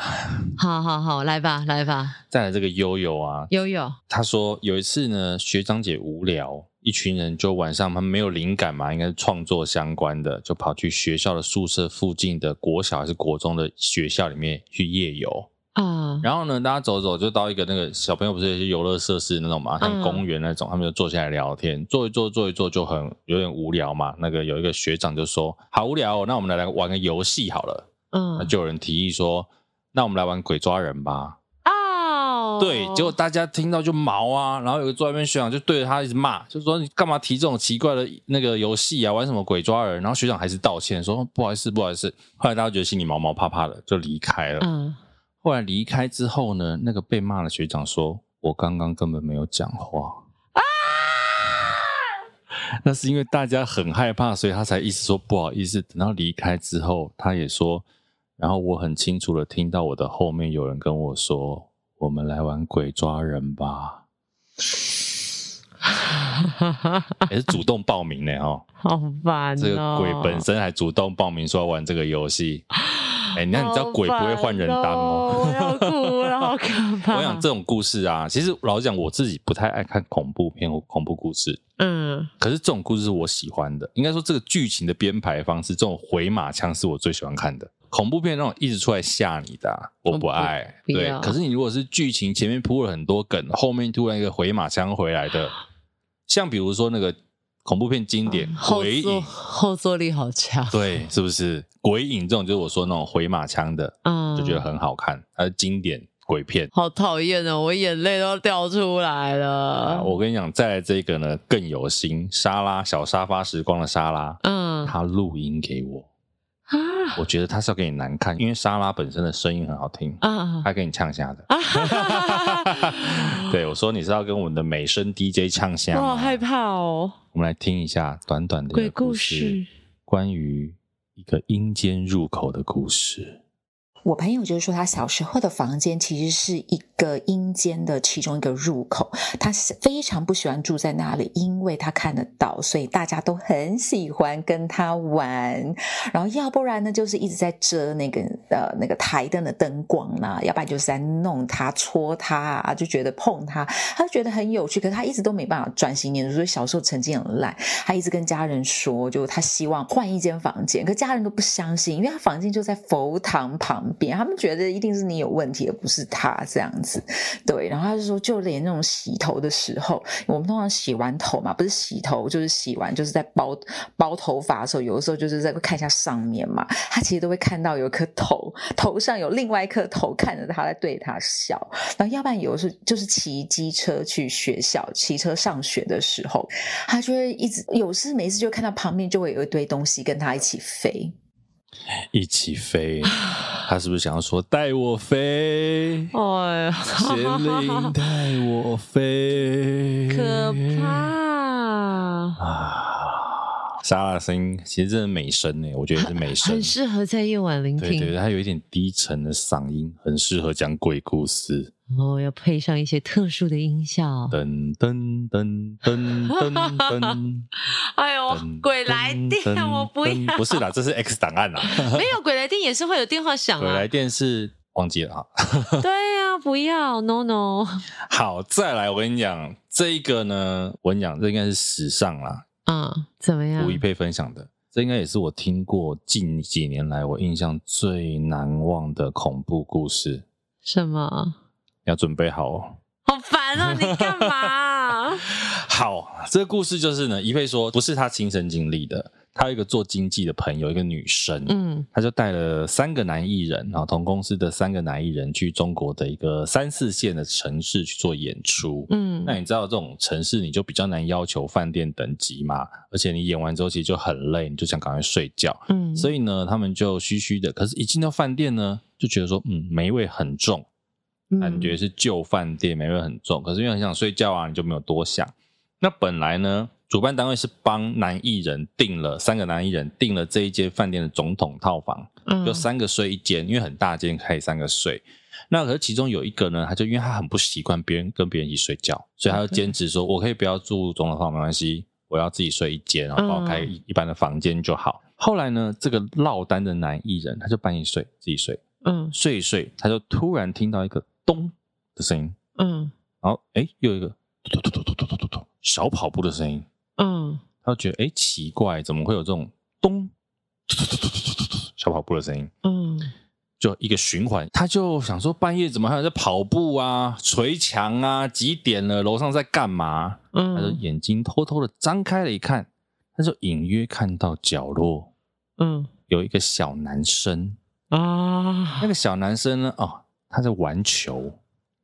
好好好，来吧，来吧，
再来这个悠悠啊，
悠悠，
他说有一次呢，学长姐无聊，一群人就晚上他们没有灵感嘛，应该是创作相关的，就跑去学校的宿舍附近的国小还是国中的学校里面去夜游。
啊，
然后呢，大家走走就到一个那个小朋友不是有些游乐设施那种嘛，像
嗯
公园那种，他们就坐下来聊天，坐一坐坐一坐就很有点无聊嘛。那个有一个学长就说：“好无聊哦，那我们来玩个游戏好了。”那
嗯，
就有人提议说：“那我们来玩鬼抓人吧。
哦，
对，结果大家听到就毛啊，然后有个坐在那边学长就对着他一直骂，就说：“你干嘛提这种奇怪的那个游戏啊？玩什么鬼抓人？”然后学长还是道歉说：“不好意思，不好意思。”后来大家觉得心里毛毛怕怕的，就离开了。
嗯，
后来离开之后呢，那个被骂的学长说：“我刚刚根本没有讲话。”啊！那是因为大家很害怕，所以他才一直说不好意思。等到离开之后，他也说，然后我很清楚的听到我的后面有人跟我说：“我们来玩鬼抓人吧。”也是主动报名呢哦，
好烦、哦，
这个鬼本身还主动报名说要玩这个游戏。哎、那你知道鬼不会换人当哦
好烦哦我要哭了，好可 怕。
我想这种故事啊，其实老实讲，我自己不太爱看恐怖片或恐怖故事，
嗯，
可是这种故事是我喜欢的。应该说，这个剧情的编排方式，这种回马枪是我最喜欢看的。恐怖片那种一直出来吓你的啊、我不爱。
哦不不
对
要，
可是你如果是剧情前面铺了很多梗，后面突然一个回马枪回来 的，像比如说那个恐怖片经典《
后
鬼影
坐》，后坐力好强，
对，是不是《鬼影》这种就是我说那种回马枪的，
嗯，
就觉得很好看，它是经典鬼片。
好讨厌哦，我眼泪都掉出来
啊，
了。
我跟你讲，再来这个呢更有心，沙拉小沙发时光的沙拉，
嗯
他录音给我，
啊
我觉得他是要给你难看，因为沙拉本身的声音很好听，
啊
他给你呛虾的。
啊！哈哈哈哈
对，我说你是要跟我们的美声 DJ 呛虾
我
吗
好害怕哦。
我们来听一下短短的一
鬼
个故
故事，
关于一个阴间入口的故事。
我朋友就是说，他小时候的房间其实是一个阴间的其中一个入口，他是非常不喜欢住在那里，因为他看得到，所以大家都很喜欢跟他玩。然后要不然呢，就是一直在遮那个呃那个台灯的灯光啦、要不然就是在弄他、戳他啊，就觉得碰他，他就觉得很有趣。可是他一直都没办法专心念书，所以小时候成绩很烂。他一直跟家人说，就他希望换一间房间，可家人都不相信，因为他房间就在佛堂旁便，他们觉得一定是你有问题，而不是他这样子。对，然后他就说，就连那种洗头的时候，我们通常洗完头嘛，不是洗头就是洗完，就是在包包头发的时候，有的时候就是在看一下上面嘛，他其实都会看到有一颗头，头上有另外一颗头看着他在对他笑。然后要不然有的时候就是骑机车去学校，骑车上学的时候，他就会一直有事没事就看到旁边就会有一堆东西跟他一起飞。
一起 飞，他是不是想要说带我飞？
哎呀，
贤玲带我飞，
可怕，
啊！莎拉的声音其实真的美声呢，我觉得是美声
很，适合在夜晚聆
对对，
听，
它有一点低沉的嗓音，很适合讲鬼故事。
然后要配上一些特殊的音效。
噔噔噔噔 噔噔，
哎呦
噔，
鬼来
噔
电，啊
噔
我不
噔
要，
不是啦，这是 X 档案啦，
没有鬼来电也是会有电话响
鬼来
啊。
电是忘记了啊。
对呀，不要 ，no no，
好，再来，我跟你讲，这一个呢，我跟你讲，这应该是史上啦，
嗯，怎么样
吴？一佩分享的，这应该也是我听过近几年来我印象最难忘的恐怖故事。
什么？
要准备好哦。
好 烦啊！你干嘛？
好，这个故事就是呢，一佩说不是他亲身经历的，他有一个做经纪的朋友，一个女生，
嗯
他就带了三个男艺人，然后同公司的三个男艺人去中国的一个三四线的城市去做演出。
嗯
那你知道这种城市你就比较难要求饭店等级嘛，而且你演完之后其实就很累，你就想赶快睡觉。
嗯，
所
以
以呢，他们就虚虚的。可是，一进到饭店呢，就觉得说，嗯，霉味很重，
嗯
感觉是旧饭店霉味很重。可是因为很想睡觉啊，你就没有多想。那本来呢，主办单位是帮男艺人订了三个男艺人订了这一间饭店的总统套房，
嗯
就三个睡一间，因为很大间，可以三个睡。那可是其中有一个呢，他就因为他很不习惯别人跟别人一起睡觉，所以他就坚持说，我可以不要住总统套房没关系，我要自己睡一间，然后帮我开一一般的房间就好。后来呢，这个落单的男艺人他就半夜睡，自己睡，
嗯
睡一睡，他就突然听到一个咚的声音，
嗯
然后哎又有一个突突突突突突突突小跑步的声音，
嗯
他就觉得哎奇怪，怎么会有这种咚突突突突突突突小跑步的声音？
嗯
就一个循环，他就想说半夜怎么还有人在跑步啊、捶墙啊？几点了？楼上在干嘛？他就
嗯
眼睛偷偷的张开了一看，他就隐约看到角落
嗯
有一个小男生，
啊
那个小男生呢，哦，他在玩球，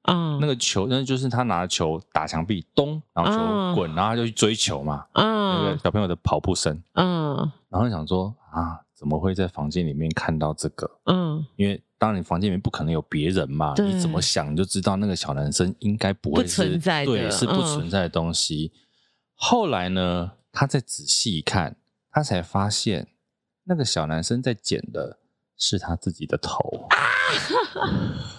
啊
那个球，那就是他拿球打墙壁，咚，然后球滚，然后他就去追球嘛，那个
嗯
小朋友的跑步声，
嗯
然后想说啊，怎么会在房间里面看到这个？
嗯，
因为当然你房间里面不可能有别人嘛，
对
你怎么想你就知道那个小男生应该不会是
不存在的
对，是不
嗯
存在的东西。后来呢，他再仔细一看，他才发现那个小男生在剪的是他自己的头。
啊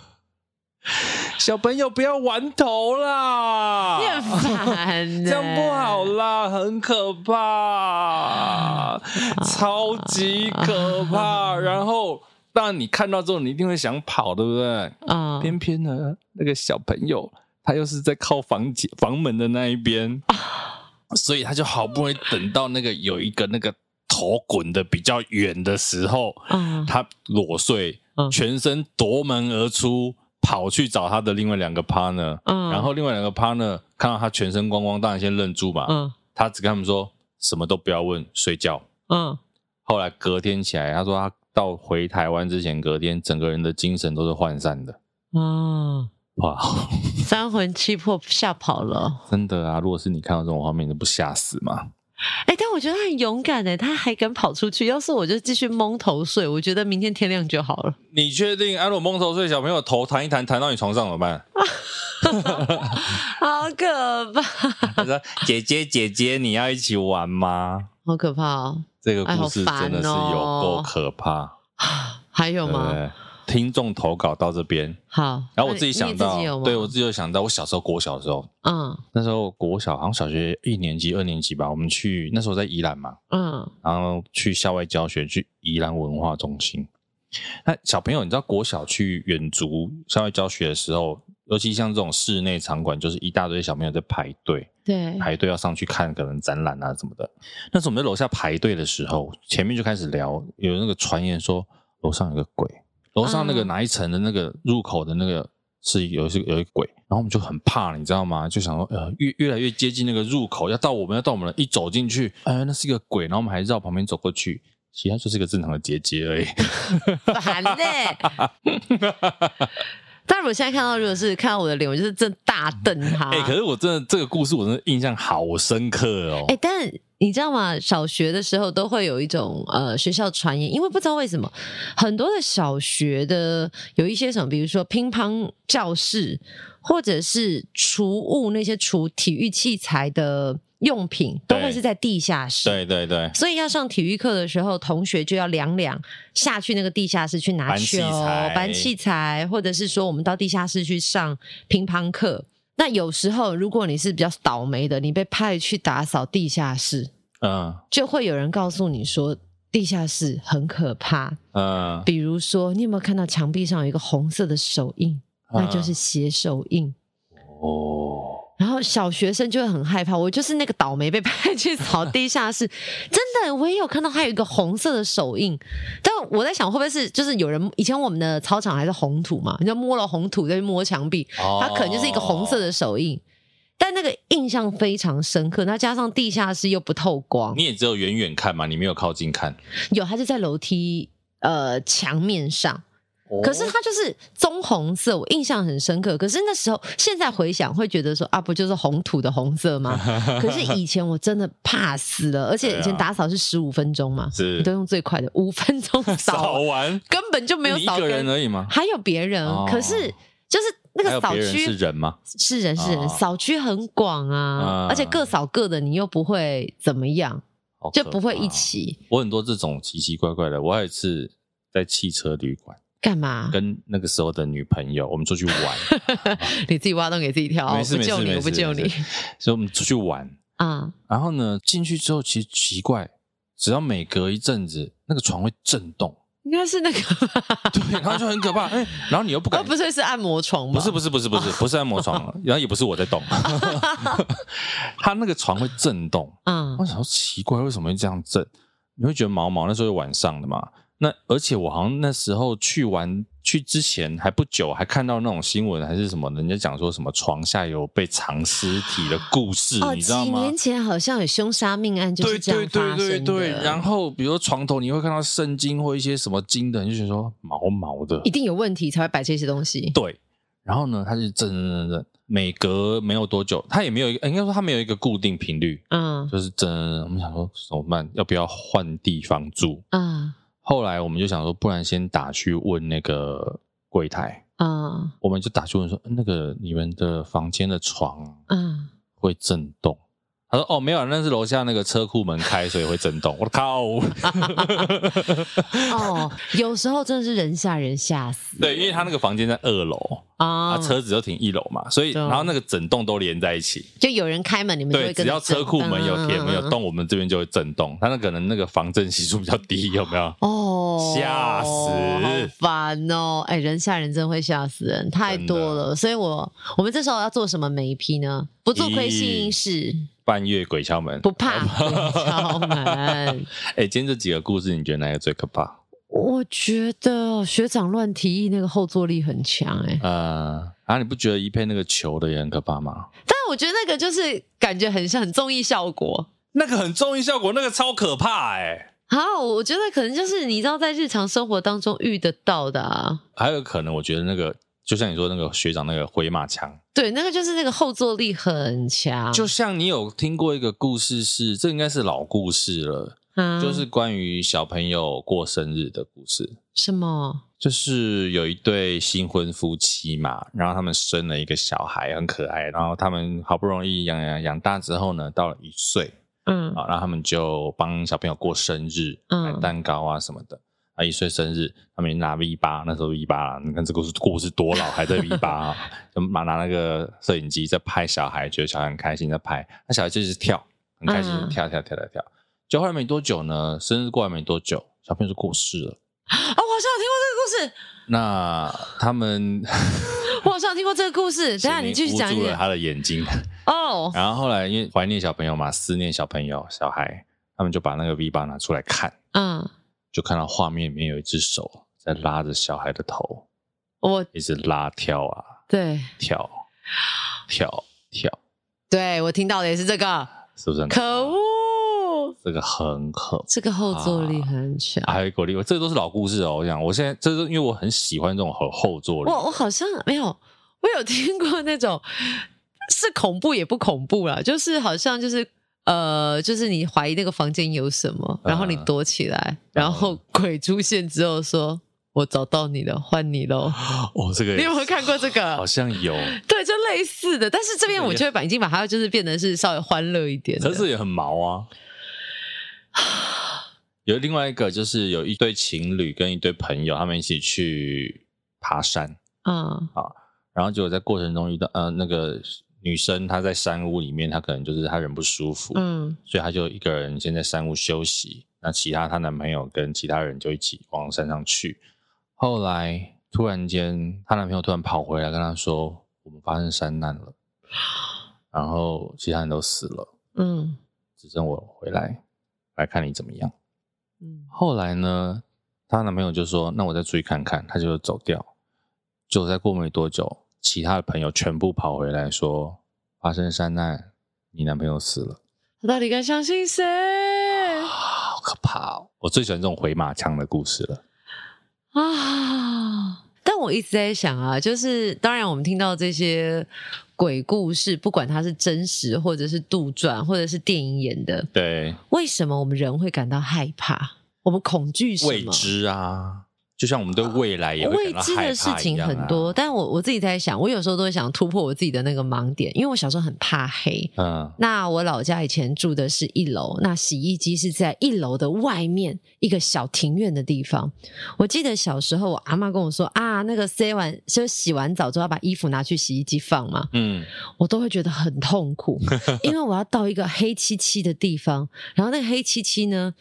小朋友不要玩头啦！
你很烦，
这样不好。啦，很可 怕，超级可怕。然后，当然你看到之后，你一定会想跑，对不对？
啊，
偏偏呢，那个小朋友他又是在靠房间房门的那一边，
啊
所以他就好不容易等到那个有一个那个头滚的比较远的时候，
嗯
他裸睡
嗯，
全身夺门而出，跑去找他的另外两个 partner。
嗯
然后另外两个 partner 看到他全身光光，当然先愣住嘛。
嗯
他只跟他们说什么都不要问，睡觉。
嗯
后来隔天起来，他说他到回台湾之前，隔天整个人的精神都是涣散的。
啊，
哇，
三魂七魄吓跑了。
真的啊！如果是你看到这种画面，你不吓死吗？
哎，但我觉得他很勇敢哎，他还敢跑出去。要是我就继续蒙头睡，我觉得明天天亮就好了。
你确定啊安若蒙头睡小朋友头弹一弹，弹到你床上怎么办？
好可怕，
他说：“姐姐，姐姐，你要一起玩吗
好可怕哦！？”
这个
哎
故
好
事真的是
烦哦
有够可怕，
还有
对不
吗？
对？听众投稿到这边，
好，
然后我
那
自己想
你也自己有
到，
吗
对我自己有想到，我小时候国小的时候，
嗯
那时候国小好像小学一年级、二年级吧，我们去那时候在宜兰嘛，
嗯
然后去校外教学，去宜兰文化中心。那小朋友，你知道国小去远足校外教学的时候，尤其像这种室内场馆，就是一大堆小朋友在排队，
对，
排队要上去看可能展览啊什么的。那时候我们在楼下排队的时候，前面就开始聊，有那个传言说楼上有个鬼，楼上那个
嗯
哪一层的那个入口的那个是有是有一个鬼，然后我们就很怕，你知道吗？就想说，呃，越越来越接近那个入口，要到我们要到我们了，一走进去，哎，那是一个鬼，然后我们还绕旁边走过去，其他就是一个正常的结节而已。
烦呢、但是我现在看到，如果是看到我的脸，我就是真的大瞪他。
哎、可是我真的这个故事，我真的印象好深刻哦。
哎、但你知道吗？小学的时候都会有一种呃学校传言，因为不知道为什么很多的小学的有一些什么，比如说乒乓教室，或者是储物那些储体育器材的用品，都会
对
是在地下室。
对对对，
所以要上体育课的时候，同学就要两两下去那个地下室去拿
搬器
球、
材
搬器材，或者是说我们到地下室去上乒乓课。那有时候，如果你是比较倒霉的，你被派去打扫地下室，
嗯
就会有人告诉你说地下室很可怕。
嗯，
比如说，你有没有看到墙壁上有一个红色的手印？那
啊
就是血手印。
哦，
然后小学生就会很害怕，我就是那个倒霉被派去扫地下室，真的，我也有看到还有一个红色的手印，但我在想会不会是就是有人以前我们的操场还是红土嘛，你就摸了红土再去摸墙壁，它
它
可能就是一个红色的
哦
手印，但那个印象非常深刻，那加上地下室又不透光，
你也只有远远看嘛，你没有靠近看。
有它就在楼梯呃墙面上，
哦
可是它就是棕红色，我印象很深刻。可是那时候，现在回想会觉得说啊，不就是红土的红色 吗？可是以前我真的怕死了，而且以前打扫是十五分钟嘛，
啊是
你都用最快的五分钟
扫
扫，
完
根本就没有
你一
扫
个人
根，
而已吗？
还有别人。
哦
可是就是那
还有
个扫
别人
区
是人吗？
是人是人，
哦
扫区很广啊，
嗯
而且各扫各的，你又不会怎么样，
好哦可
就不会一
怕
起
我很多这种奇奇怪怪的，我还有一次在汽车旅馆
干嘛？
跟那个时候的女朋友，我们出去 玩，
你自己挖洞给自己跳，
没
我
事
哦不
没事
救你，
没
我不
事
救
没
你
事所以我们出去玩，
啊！
然后呢进去之后，其实奇怪，只要每隔一阵子，那个床会震 动，
应该是那个吧。
对，然后就很可怕，哎、然后你又 不
哦，
敢
不是是按摩床吗？
不是不是不是不是 不是按摩床，然后也不是我在动，它那个床会震动。
嗯
我想说奇怪，为什么会这样震？你会觉得毛毛，那时候是晚上的嘛？那而且我好像那时候去玩去之前还不久，还看到那种新闻还是什么，人家讲说什么床下有被藏尸体的故事，
哦，
你
几
知道吗
年？前好像有凶杀命案就
对
是这
对
样
对
发生的。
对对，然后比如说床头你会看到圣经或一些什么经的，你就觉得说毛毛的，
一定有问题才会摆这些东西。
对，然后呢，它是震震震震，每隔没有多久，它也没有一个，应该说它没有一个固定频率，
嗯
就是震震震。我们想说怎么办？要不要换地方住？
啊
后来我们就想说，不然先打去问那个柜台，
啊
我们就打去问说，那个你们的房间的床
啊！
会震动。他说：“哦，没有啊，那是楼下那个车库门开，所以会震动。”我的靠！
哦，有时候真的是人吓人吓死
对，因为他那个房间在二楼，
啊！
他车子就停一楼嘛，所以
对啊
然后那个整栋都连在一起。
就有人开门，你们就
对，
会
只
跟
要
着震
车库门有铁门有。
嗯嗯嗯
洞，我们这边就会震动。它那可能那个防震系数比较低，有没有？
哦，
吓死
好烦哦！哎，人吓人真会吓死人，太
真的
多了。所以我我们这时候要做什么每一批呢？不做亏心
咦
因事，
半夜鬼敲门，
不 怕鬼敲门。
哎、今天这几个故事，你觉得哪个最可怕？
我觉得学长乱提议那个后坐力很强哎、
呃，啊，你不觉得一配那个球的也很可怕吗？
但我觉得那个就是感觉很像很综艺效果
那个很综艺效果，那个超可怕哎、
啊。我觉得可能就是你知道在日常生活当中遇得到的啊，
还有可能，我觉得那个就像你说那个学长那个回马枪，
对，那个就是那个后坐力很强，
就像你有听过一个故事是，这应该是老故事了，
啊
就是关于小朋友过生日的故事。
什么
就是有一对新婚夫妻嘛，然后他们生了一个小孩，很可爱。然后他们好不容易养养养大之后呢，到了一岁
嗯
啊，然后他们就帮小朋友过生日，
嗯
买蛋糕啊什么的。啊，一岁生日，他们拿 V 八，那时候 V 八，你看这个故事故事多老，还在 V 八啊， 就拿拿那个摄影机在拍小孩，觉得小孩很开心在拍，那小孩就一直跳，很开心
嗯
跳跳跳跳跳。就后来没多久呢，生日过来没多久，小朋友就过世了。
啊？我好像有听过这个故事，
那他们
我好像有听过这个故事。等一下你继续讲
捂
一
住了
点
他的眼睛，
哦。
然后后来因为怀念小朋友嘛，思念小朋友小孩，他们就把那个 V 八拿出来看，
嗯，
就看到画面里面有一只手在拉着小孩的头，
我
一直拉跳啊
对
跳跳跳，
对我听到的也是这个，
是不是很？
可恶，
这个很可怕
这个后坐力很强。
啊还有一个例外，这都是老故事哦。我想，我现在这是因为我很喜欢这种后后坐力，
我我好像没有，我有听过那种是恐怖也不恐怖啦，就是好像就是呃，就是你怀疑那个房间有什么，然后你
嗯
躲起来，
然
然
后
后鬼出现之后说：“我找到你了，换你喽。
哦，这”个
你有没有看过这
好
个？
像有，
对，就类似的，但是这边
这个
我
也
就会把已经把它就是变得是稍微欢乐一点的
可。是也很毛 啊。有另外一个就是有一对情侣跟一对朋友，他们一起去爬山，
嗯
然后结果在过程中遇到呃那个女生她在山屋里面，她可能就是她人不舒服，
嗯
所以她就一个人先在山屋休息。那其他她男朋友跟其他人就一起往山上去。后来突然间，她男朋友突然跑回来跟她说：“我们发生山难了，然后其他人都死了，
嗯
只剩我回来，来看你怎么样。”
嗯，
后来呢，她男朋友就说：“那我再出去看看。”她就走掉。就再过没多久，其他的朋友全部跑回来说：“发生山难，你男朋友死了，
我到底该相信谁？啊
好可怕哦！”我最喜欢这种回马枪的故事了。
啊！但我一直在想啊，就是当然我们听到这些鬼故事，不管它是真实，或者是杜撰，或者是电影演的，
对，
为什么我们人会感到害怕？我们恐惧什么？
未知啊，就像我们对未来也会
未
感到
知
害
的事
怕一
情
样啊
很多，。但我我自己在想，我有时候都会想突破我自己的那个盲点，因为我小时候很怕黑。
嗯，
那我老家以前住的是一楼，那洗衣机是在一楼的外面一个小庭院的地方。我记得小时候，我阿妈跟我说啊，那个塞完就洗完澡之后要把衣服拿去洗衣机放嘛，
嗯，
我都会觉得很痛苦，因为我要到一个黑漆漆的地方，然后那个黑漆漆呢，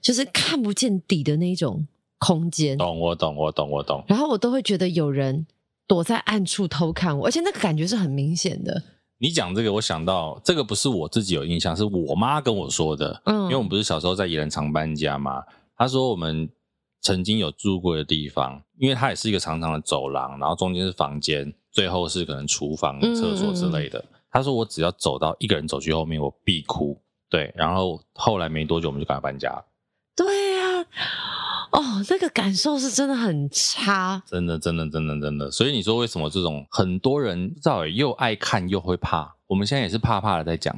就是看不见底的那种空间，
懂，我懂，我懂，我懂。
然后我都会觉得有人躲在暗处偷看我，而且那个感觉是很明显的。
你讲这个，我想到这个不是我自己有印象，是我妈跟我说的。
嗯
因为我们不是小时候在宜兰常搬家嘛，她说我们曾经有住过的地方，因为它也是一个长长的走廊，然后中间是房间，最后是可能厨房、
嗯
厕所之类的。她说我只要走到一个人走去后面，我必哭。对，然后后来没多久我们就赶快搬家，
对呀、哦，那个感受是真的很差。
真的，真的，真的，真的。所以你说为什么这种很多人不知道欸又爱看又会怕？我们现在也是怕怕的在讲，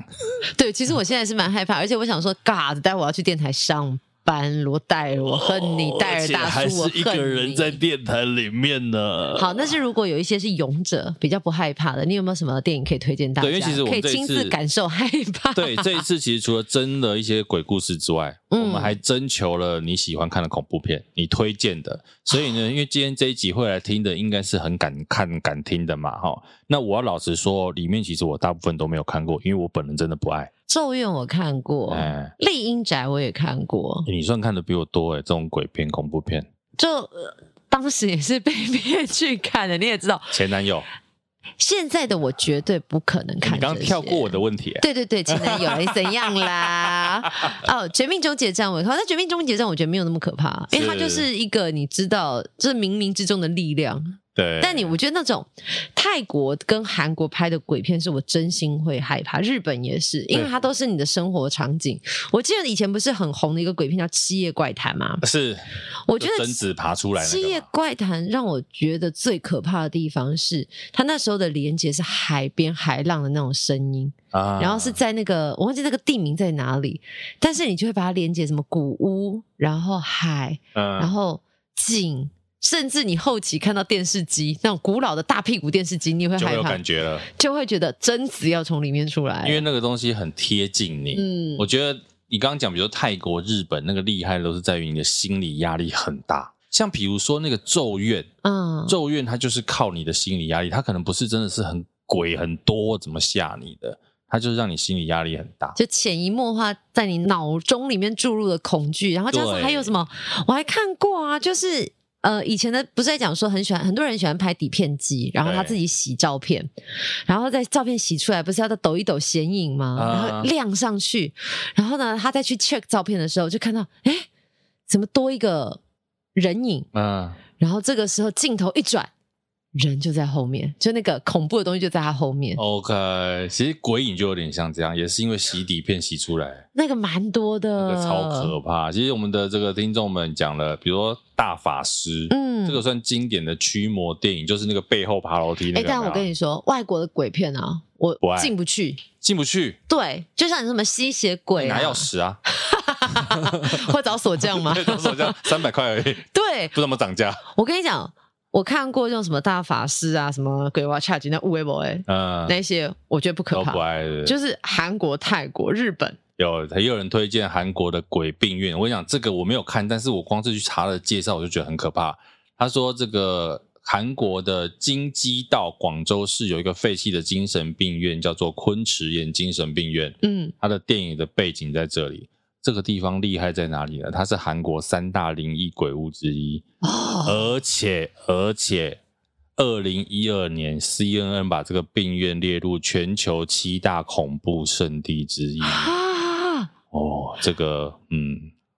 对，其实我现在是蛮害怕，而且我想说，God，待会我要去电台上班，罗戴尔，我恨
哦
你，戴尔大叔，我恨你。
电台里面呢
好，那是如果有一些是勇者，比较不害怕的，你有没有什么电影可以推荐大家？
对因为其实我
可
们
以
这一
亲
次
自感受害 怕。
对，这一次其实除了真的一些鬼故事之外，
嗯
我们还征求了你喜欢看的恐怖片，你推荐的。所以呢，因为今天这一集会来听的，应该是很敢看、敢听的嘛，哈。那我要老实说，里面其实我大部分都没有看过，因为我本人真的不爱。
咒怨我看过，
哎、
丽英宅我也看过，
你算看的比我多哎，这种鬼片、恐怖片，
就、呃当时也是被 骗去看的，你也知道，
前男友，
现在的我绝对不可能
你
看这些。
刚跳过我的问题欸。
对对对，前男友哎，怎样 啦？哦，《绝命终结战》我也看，但《绝命终结战》我觉得没有那么可怕，因为它就是一个你知道，这冥冥之中的力量。
对，
但你我觉得那种泰国跟韩国拍的鬼片，是我真心会害怕。日本也是，因为它都是你的生活场景。我记得以前不是很红的一个鬼片叫《七夜怪谈》吗？
是
我觉
就
得
贞子爬出来那
七
个
夜
嘛
怪谈》让我觉得最可怕的地方是，它那时候的连接是海边海浪的那种声音。
啊
然后是在那个我忘记那个地名在哪里，但是你就会把它连接什么古屋，然后海，
嗯，
然后景，甚至你后期看到电视机那种古老的大屁股电视机，你也会
就会
害
有
怕
感，觉了，
就会觉得贞子要从里面出来了，
因为那个东西很贴近你。
嗯
我觉得你刚刚讲，比如说泰国、日本那个厉害，都是在于你的心理压力很大。像比如说那个《咒怨》，
嗯
《咒怨》它就是靠你的心理压力，它可能不是真的是很鬼很多怎么吓你的，它就是让你心理压力很大。
就潜移默化在你脑中里面注入了恐惧，然后加上
对
还有什么，我还看过啊，就是呃以前的不是在讲说很喜欢很多人喜欢拍底片机，然后他
对
自己洗照片，然后在照片洗出来不是要再抖一抖显影吗？
啊
然后亮上去，然后呢他再去 check 照片的时候就看到，哎，怎么多一个人影，
嗯，
然后这个时候镜头一转，人就在后面，就那个恐怖的东西就在他后面。
哦 OK，其实鬼影就有点像这样，也是因为洗底片洗出来，
那个蛮多
那
的，
个超可怕。其实我们的这个听众们讲了，比如说大法师，
嗯
这个算经典的驱魔电影，就是那个背后爬楼梯那
哎、
个有没有。啊
但我跟你说，外国的鬼片啊，我
不爱
进不去。
进不去，
对，就像你什么吸血鬼啊
拿，钥匙啊，
会找锁匠 吗？
到时候这样三百块而已，不
对，
怎么涨价。
我跟你讲，我看过这种什么大法师啊，什么鬼娃恰吉那乌龟博哎，
嗯，
那些我觉得不可
都不
怕，
爱的。
就是韩国、泰国、日本，
有也有人推荐韩国的鬼病院，我跟你讲，这个我没有看，但是我光是去查了介绍，我就觉得很可怕。他说这个韩国的京畿道广州市有一个废弃的精神病院，叫做昆池岩精神病院，
嗯，
它的电影的背景在这里。这个地方厉害在哪里呢？它是韩国三大灵异鬼屋之一，
哦，
而且而且，二零一二年 CNN 把这个病院列入全球七大恐怖圣地之 一。
啊，
哦，这个嗯，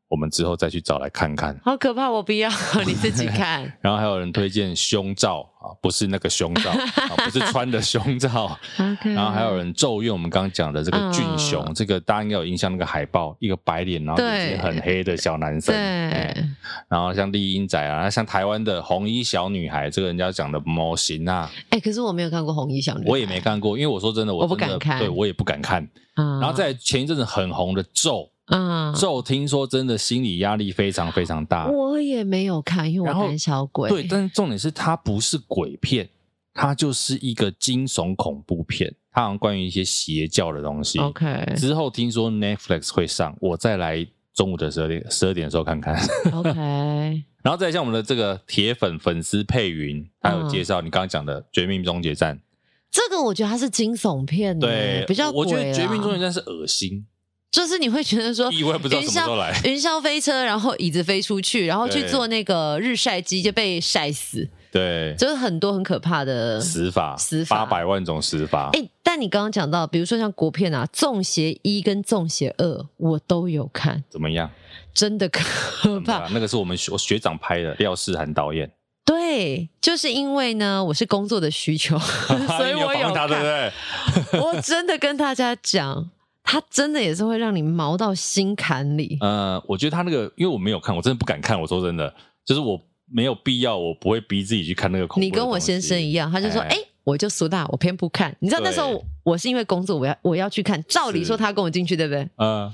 我们之后再去找来看看。
好可怕，我不要，你自己看。
然后还有人推荐胸罩啊，不是那个胸 罩，啊、不是穿的胸罩。
OK，
然后还有人咒怨我们刚刚讲的这个俊雄，
嗯
这个大家应该有印象，那个海报一个白脸，然后眼睛
对
很黑的小男生。哎
对，
然后像丽英仔啊，像台湾的红衣小女孩，这个人家讲的模型啊，
哎、可是我没有看过《红衣小女孩》，
我也没看过，因为我说真的，
嗯我
真
不
的
敢看
对我也不敢看。
嗯。
然后在前一阵子很红的咒，
嗯，
咒听说真的心理压力非常非常大。
我也没有看，因为
然
我
后
胆小鬼。
对，但是重点是它不是鬼片，它就是一个惊悚恐怖片，它好像关于一些邪教的东西。
OK
之后听说 Netflix 会上，我再来中午的十二点十二点的时候看看。
OK，
然后再像我们的这个铁粉粉丝佩云，他有
嗯
介绍你刚刚讲的《绝命终结站》
这个我觉得它是惊悚片呢，
对，
嗯比较
我觉得《
鬼啦哦
绝命终结站》是恶心，
就是你会觉得说
意外不知道什么时候来
云霄云霄飞车，然后椅子飞出去，然后去
对
做那个日晒机就被晒死，
对，
就是很多很可怕的。
死法，
死法
八百万种死法，
哎、但你刚刚讲到，比如说像国片啊，《中邪一》跟《中邪二》，我都有看，
怎么样？
真的可
怎么
怕。
样那个是我们学我学长拍的，廖世涵导演，
对，就是因为呢，我是工作的需 求， 所以
你有
我
访问他，
看。
对不对？
我真的跟大家讲，它真的也是会让你毛到心坎里。
呃，我觉得他那个，因为我没有看，我真的不敢看。我说真的，就是我没有必要，我不会逼自己去看那个恐怖。
你跟我先生一
样，
样，他就说：“
哎
哎、我就苏大，我偏不看。”你知道
对
那时候我我是因为工作，我要我要去看。照理
是
说他跟我进去，对不对？
呃，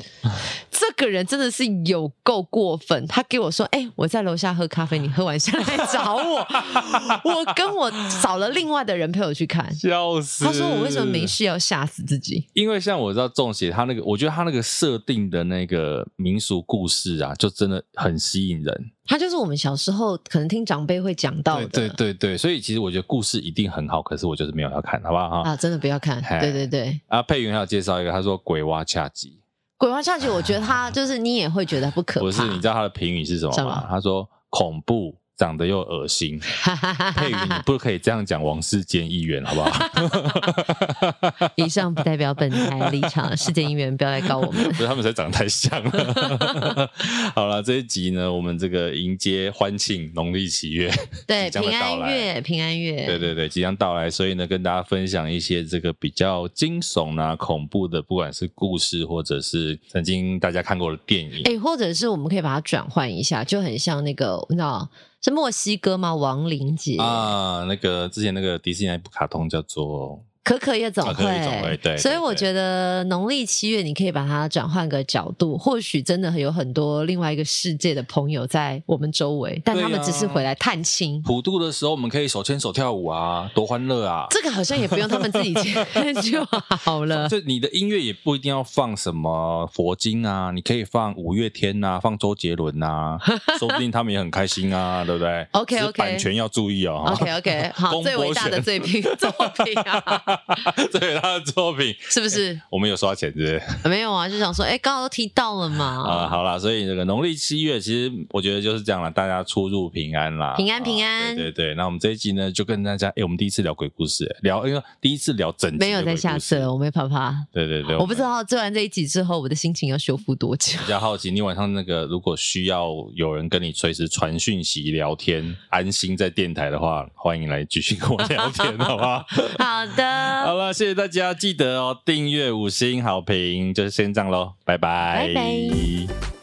这个人真的是有够过分。他给我说：“哎、我在楼下喝咖啡，你喝完下来 找我。”我跟我找了另外的人陪我去看。
笑死。
他说：“我为什么没？事要吓死自己
因为像我知道中邪他那个，我觉得他那个设定的那个民俗故事啊，就真的很吸引人。？”
他就是我们小时候可能听长辈会讲到的。
对对对，所以其实我觉得故事一定很好，可是我就是没有要看，好不好哈？
啊，真的不要看
哎。
对对对。
啊，佩云还有介绍一个，他说鬼蛙恰吉，
鬼话下去，我觉得他就是你也会觉得不可怕。
不是你知道他的评语是什么
什
吗
么？
他说恐怖，长得又恶 心。佩云，你不可以这样讲王世坚议员，好 不好？
以上不代表本台立场，世界姻缘不要来告我 们。
不是他们才长得太像 了。好了，这一集呢，我们这个迎接欢庆农历七月，
对，
即将
平
的到
安
来
月，平安月，
对对对，即将到来，所以呢，跟大家分享一些这个比较惊悚啊、恐怖的，不管是故事或者是曾经大家看过的电影。
哎、或者是我们可以把它转换一下，就很像那个，你知道是墨西哥吗？亡灵节，
啊，那个之前那个迪士尼那部卡通叫做
可可夜总
啊可
会，
可夜总会对
所以
对
我
对
觉得农历七月，你可以把它转换个角度，或许真的有很多另外一个世界的朋友在我们周围，但
对
他们只是
啊
回来探亲。
普渡的时候，我们可以手牵手跳舞啊，多欢乐啊！
这个好像也不用他们自己签就好了。
就你的音乐也不一定要放什么佛经啊，你可以放五月天呐、放周杰伦 呐、说不定他们也很开心啊，对不对
OK，OK
只是版权要注意哦。哈
OK OK，好，
公
最
播
伟大的
权
最品作品啊，
这是他的作品，
是 不是？
我们有收他钱，是不是？
没有啊，就想说，哎，刚刚都提到了
啊、
嘛，
好啦，所以这个农历七月，其实我觉得就是这样了，大家出入平安啦，
平安
啊
平安
对对对，那我们这一集呢，就跟大家，哎、我们第一次聊鬼故事、哎聊，因为第一次聊整集
没有
的鬼故
再下次
事
了，，我没怕怕。
对对对，
我不知
们
道做完这一集之后，我的心情要修复多久。
比较好奇，你晚上那个如果需要有人跟你随时传讯息聊天， 安心在电台的话，欢迎来继续跟我聊天，好不 好？
好
好
的，
了，谢谢大家，记得哦，订阅、五星好评，就是先这样喽，拜拜
拜拜